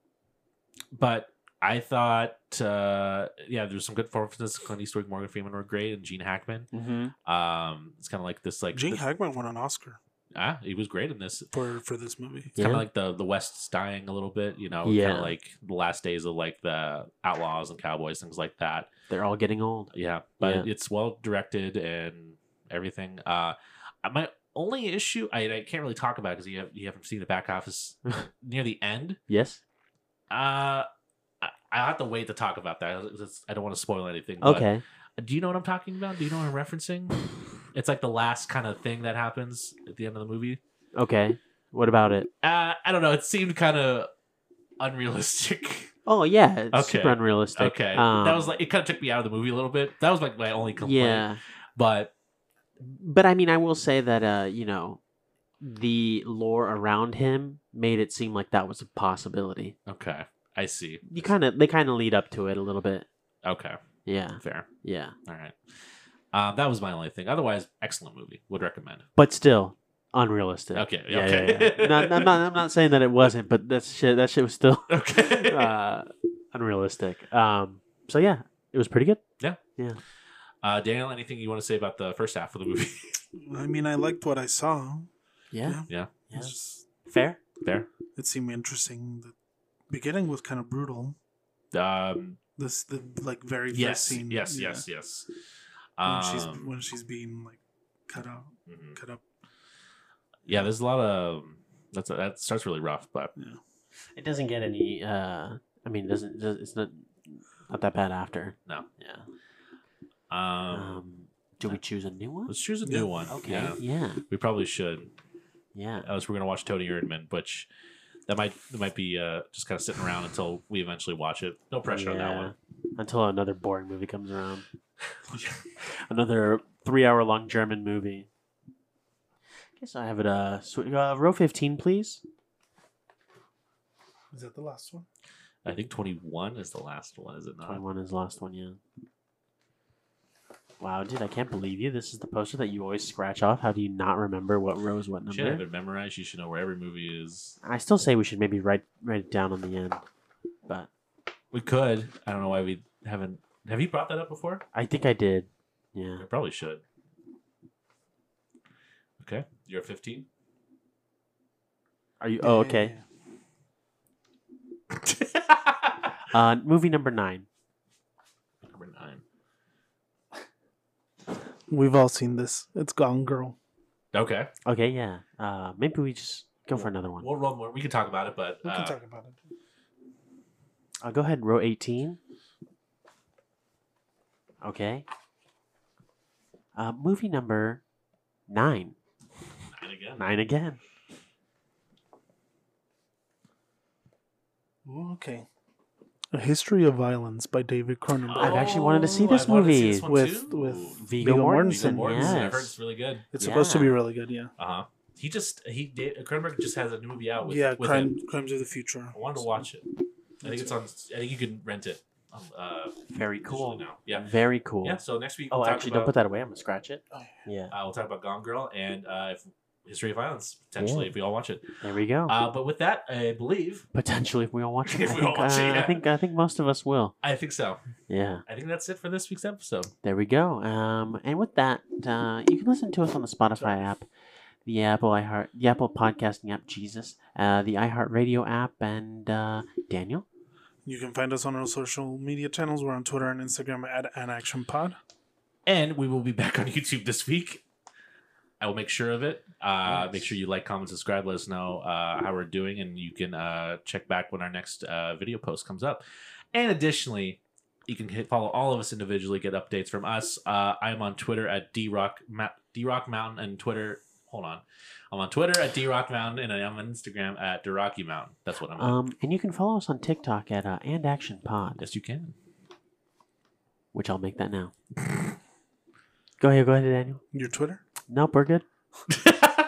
Speaker 3: but I thought, uh, yeah, there's some good performances. Clint Eastwood, Morgan Freeman were great, and Gene Hackman.
Speaker 5: Mm-hmm.
Speaker 3: Um, it's kind of like this, like
Speaker 4: Gene
Speaker 3: the-
Speaker 4: Hackman won an Oscar
Speaker 3: ah, he was great in this.
Speaker 4: for for this movie.
Speaker 3: It's kind
Speaker 5: Yeah.
Speaker 3: of like the the West's dying a little bit, you know, kind
Speaker 5: Yeah.
Speaker 3: of like the last days of like the outlaws and cowboys, things like that.
Speaker 5: They're all getting old.
Speaker 3: Yeah, but
Speaker 5: Yeah.
Speaker 3: it's well directed and everything. Uh, my only issue, I, I can't really talk about because you have you haven't seen the back office near the end.
Speaker 5: Yes.
Speaker 3: Uh, I, I have to wait to talk about that. It's- it's- I don't want to spoil anything. but-
Speaker 5: Okay.
Speaker 3: do you know what I'm talking about? Do you know what I'm referencing? It's like the last kind of thing that happens at the end of the movie.
Speaker 5: Okay. What about it?
Speaker 3: Uh, I don't know. It seemed kind of unrealistic.
Speaker 5: Oh yeah, it's
Speaker 3: Okay.
Speaker 5: super unrealistic.
Speaker 3: okay,
Speaker 5: Um,
Speaker 3: that was like it kind of took me out of the movie a little bit. That was like my only complaint.
Speaker 5: yeah.
Speaker 3: but
Speaker 5: But I mean, I will say that uh, you know, the lore around him made it seem like that was a possibility.
Speaker 3: okay, I see.
Speaker 5: You kind of they kind of lead up to it a little bit.
Speaker 3: Okay,
Speaker 5: Yeah,
Speaker 3: fair.
Speaker 5: yeah.
Speaker 3: All right. Um, that was my only thing. Otherwise, excellent movie. Would recommend.
Speaker 5: But still, unrealistic.
Speaker 3: Okay,
Speaker 5: Yeah,
Speaker 3: okay.
Speaker 5: yeah, yeah. Not- I'm not. I'm not saying that it wasn't, but that shit. That shit was still
Speaker 3: Okay.
Speaker 5: uh, unrealistic. Um. So yeah, it was pretty good.
Speaker 3: Uh, Daniel, anything you want to say about the first half of the movie?
Speaker 4: I mean, I liked what I saw.
Speaker 5: Yeah.
Speaker 3: yeah,
Speaker 4: It,
Speaker 5: Yeah.
Speaker 4: was just,
Speaker 5: Fair.
Speaker 3: there.
Speaker 4: it seemed interesting. The beginning was kind of brutal.
Speaker 3: Um,
Speaker 4: This the like very first
Speaker 3: yes,
Speaker 4: scene.
Speaker 3: yes,
Speaker 4: yeah,
Speaker 3: yes, yes,
Speaker 4: When
Speaker 3: Um,
Speaker 4: she's when she's being like cut out,
Speaker 3: mhm.
Speaker 4: cut up.
Speaker 3: Yeah, there's a lot of that's that starts really rough, but
Speaker 5: It doesn't get any. Uh. I mean, it doesn't. It's not. Not that bad after.
Speaker 3: No.
Speaker 5: Yeah.
Speaker 3: um,
Speaker 5: Um, do we choose a new one?
Speaker 3: let's choose a
Speaker 4: Yeah.
Speaker 3: new one.
Speaker 5: Okay.
Speaker 3: Yeah,
Speaker 5: Yeah. Yeah.
Speaker 3: we probably should. Unless we're gonna watch Tony Erdman, which that might that might be uh, just kind of sitting around until we eventually watch it. No pressure on that
Speaker 5: Yeah.
Speaker 3: one.
Speaker 5: Until another boring movie comes around. another three hour long German movie. guess I have it. Uh, sw- uh, row 15, please.
Speaker 4: Is that the last one?
Speaker 3: I think 21 is the last one, is it not?
Speaker 5: 21 is the last one, yeah. Wow, dude, I can't believe you. This is the poster that you always scratch off. How do you not remember what row is what
Speaker 3: Should have
Speaker 5: number?
Speaker 3: it memorized. You should know where every movie is.
Speaker 5: I still say we should maybe write write it down on the end, but
Speaker 3: We could. I don't know why we haven't. Have you brought that up before?
Speaker 5: I think I did. Yeah.
Speaker 3: I probably should. Okay, you're 15.
Speaker 5: Are you? Oh, okay. Uh, movie number nine.
Speaker 3: Number nine.
Speaker 4: We've all seen this. It's Gone Girl.
Speaker 3: Okay,
Speaker 5: Okay, yeah. Uh, maybe we just go for another one.
Speaker 3: we'll roll more. We can talk about it, but
Speaker 4: We can
Speaker 3: uh,
Speaker 4: talk about it.
Speaker 5: I'll Uh, go ahead and row 18. Okay. Uh, movie number nine.
Speaker 3: nine again.
Speaker 5: Nine again.
Speaker 4: Ooh, okay. A History of Violence by David Cronenberg.
Speaker 5: I've actually wanted to see
Speaker 3: Oh,
Speaker 5: this
Speaker 3: I've wanted to see
Speaker 5: movie
Speaker 3: this one
Speaker 4: with-
Speaker 3: too.
Speaker 4: with
Speaker 3: Viggo
Speaker 5: Viggo
Speaker 4: Viggo
Speaker 5: Mortensen.
Speaker 4: Mortensen,
Speaker 3: Mortensen. I heard it's
Speaker 5: Yes.
Speaker 3: really good.
Speaker 4: It's supposed to
Speaker 5: Yeah.
Speaker 4: be really good, yeah.
Speaker 3: Uh huh. He just he did. Cronenberg just has a new movie out with
Speaker 4: yeah,
Speaker 3: with
Speaker 4: crime,
Speaker 3: him.
Speaker 4: Crimes of the Future.
Speaker 3: I wanted to watch it. I think it's on. I think you can rent it. Um, uh,
Speaker 5: Very
Speaker 3: cool.
Speaker 5: cool.
Speaker 3: Now. Yeah.
Speaker 5: Very cool.
Speaker 3: Yeah. So next week.
Speaker 5: Oh,
Speaker 3: we'll talk
Speaker 5: actually,
Speaker 3: about,
Speaker 5: don't put that away. I'm going to scratch it.
Speaker 4: Oh,
Speaker 5: Yeah.
Speaker 3: Uh, we'll talk about Gone Girl and uh, if History of Violence potentially
Speaker 5: Yeah.
Speaker 3: if we all watch it.
Speaker 5: There we go.
Speaker 3: Uh, but with that, I believe
Speaker 5: Potentially, if we all watch it.
Speaker 3: If
Speaker 5: I
Speaker 3: we all
Speaker 5: think,
Speaker 3: watch it,
Speaker 5: uh,
Speaker 3: yeah.
Speaker 5: I, think, I think most of us will.
Speaker 3: I think so.
Speaker 5: Yeah.
Speaker 3: I think that's it for this week's episode.
Speaker 5: There we go. Um, and with that, uh, you can listen to us on the Spotify app, the Apple iHeart, the Apple podcasting app, Jesus, uh, the iHeartRadio app, and uh, Daniel.
Speaker 4: You can find us on our social media channels. We're on Twitter and Instagram at AnActionPod.
Speaker 3: And we will be back on YouTube this week. I will make sure of it. Uh, Make sure you like, comment, subscribe. Let us know uh, how we're doing, and you can uh, check back when our next uh, video post comes up. And additionally, you can hit follow all of us individually, get updates from us. Uh, I'm on Twitter at drock Ma- drock mountain and Twitter. Hold on, I'm on Twitter at drock mountain, and I'm on Instagram at drocky mountain. That's what I'm. on.
Speaker 5: Um, and you can follow us on TikTok at uh, and Action Pod,
Speaker 3: yes, you can.
Speaker 5: which I'll make that now. go ahead, go ahead, Daniel.
Speaker 4: Your Twitter?
Speaker 5: Nope, we're good.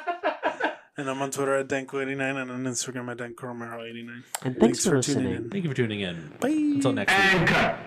Speaker 3: Thank
Speaker 4: And I'm on Twitter at Danko89 and on Instagram at DankoRomero89.
Speaker 5: And thanks,
Speaker 4: Thanks
Speaker 5: for,
Speaker 4: for tuning
Speaker 5: listening.
Speaker 4: in.
Speaker 3: you for tuning in.
Speaker 4: Bye.
Speaker 3: Until next week.
Speaker 2: Anchor.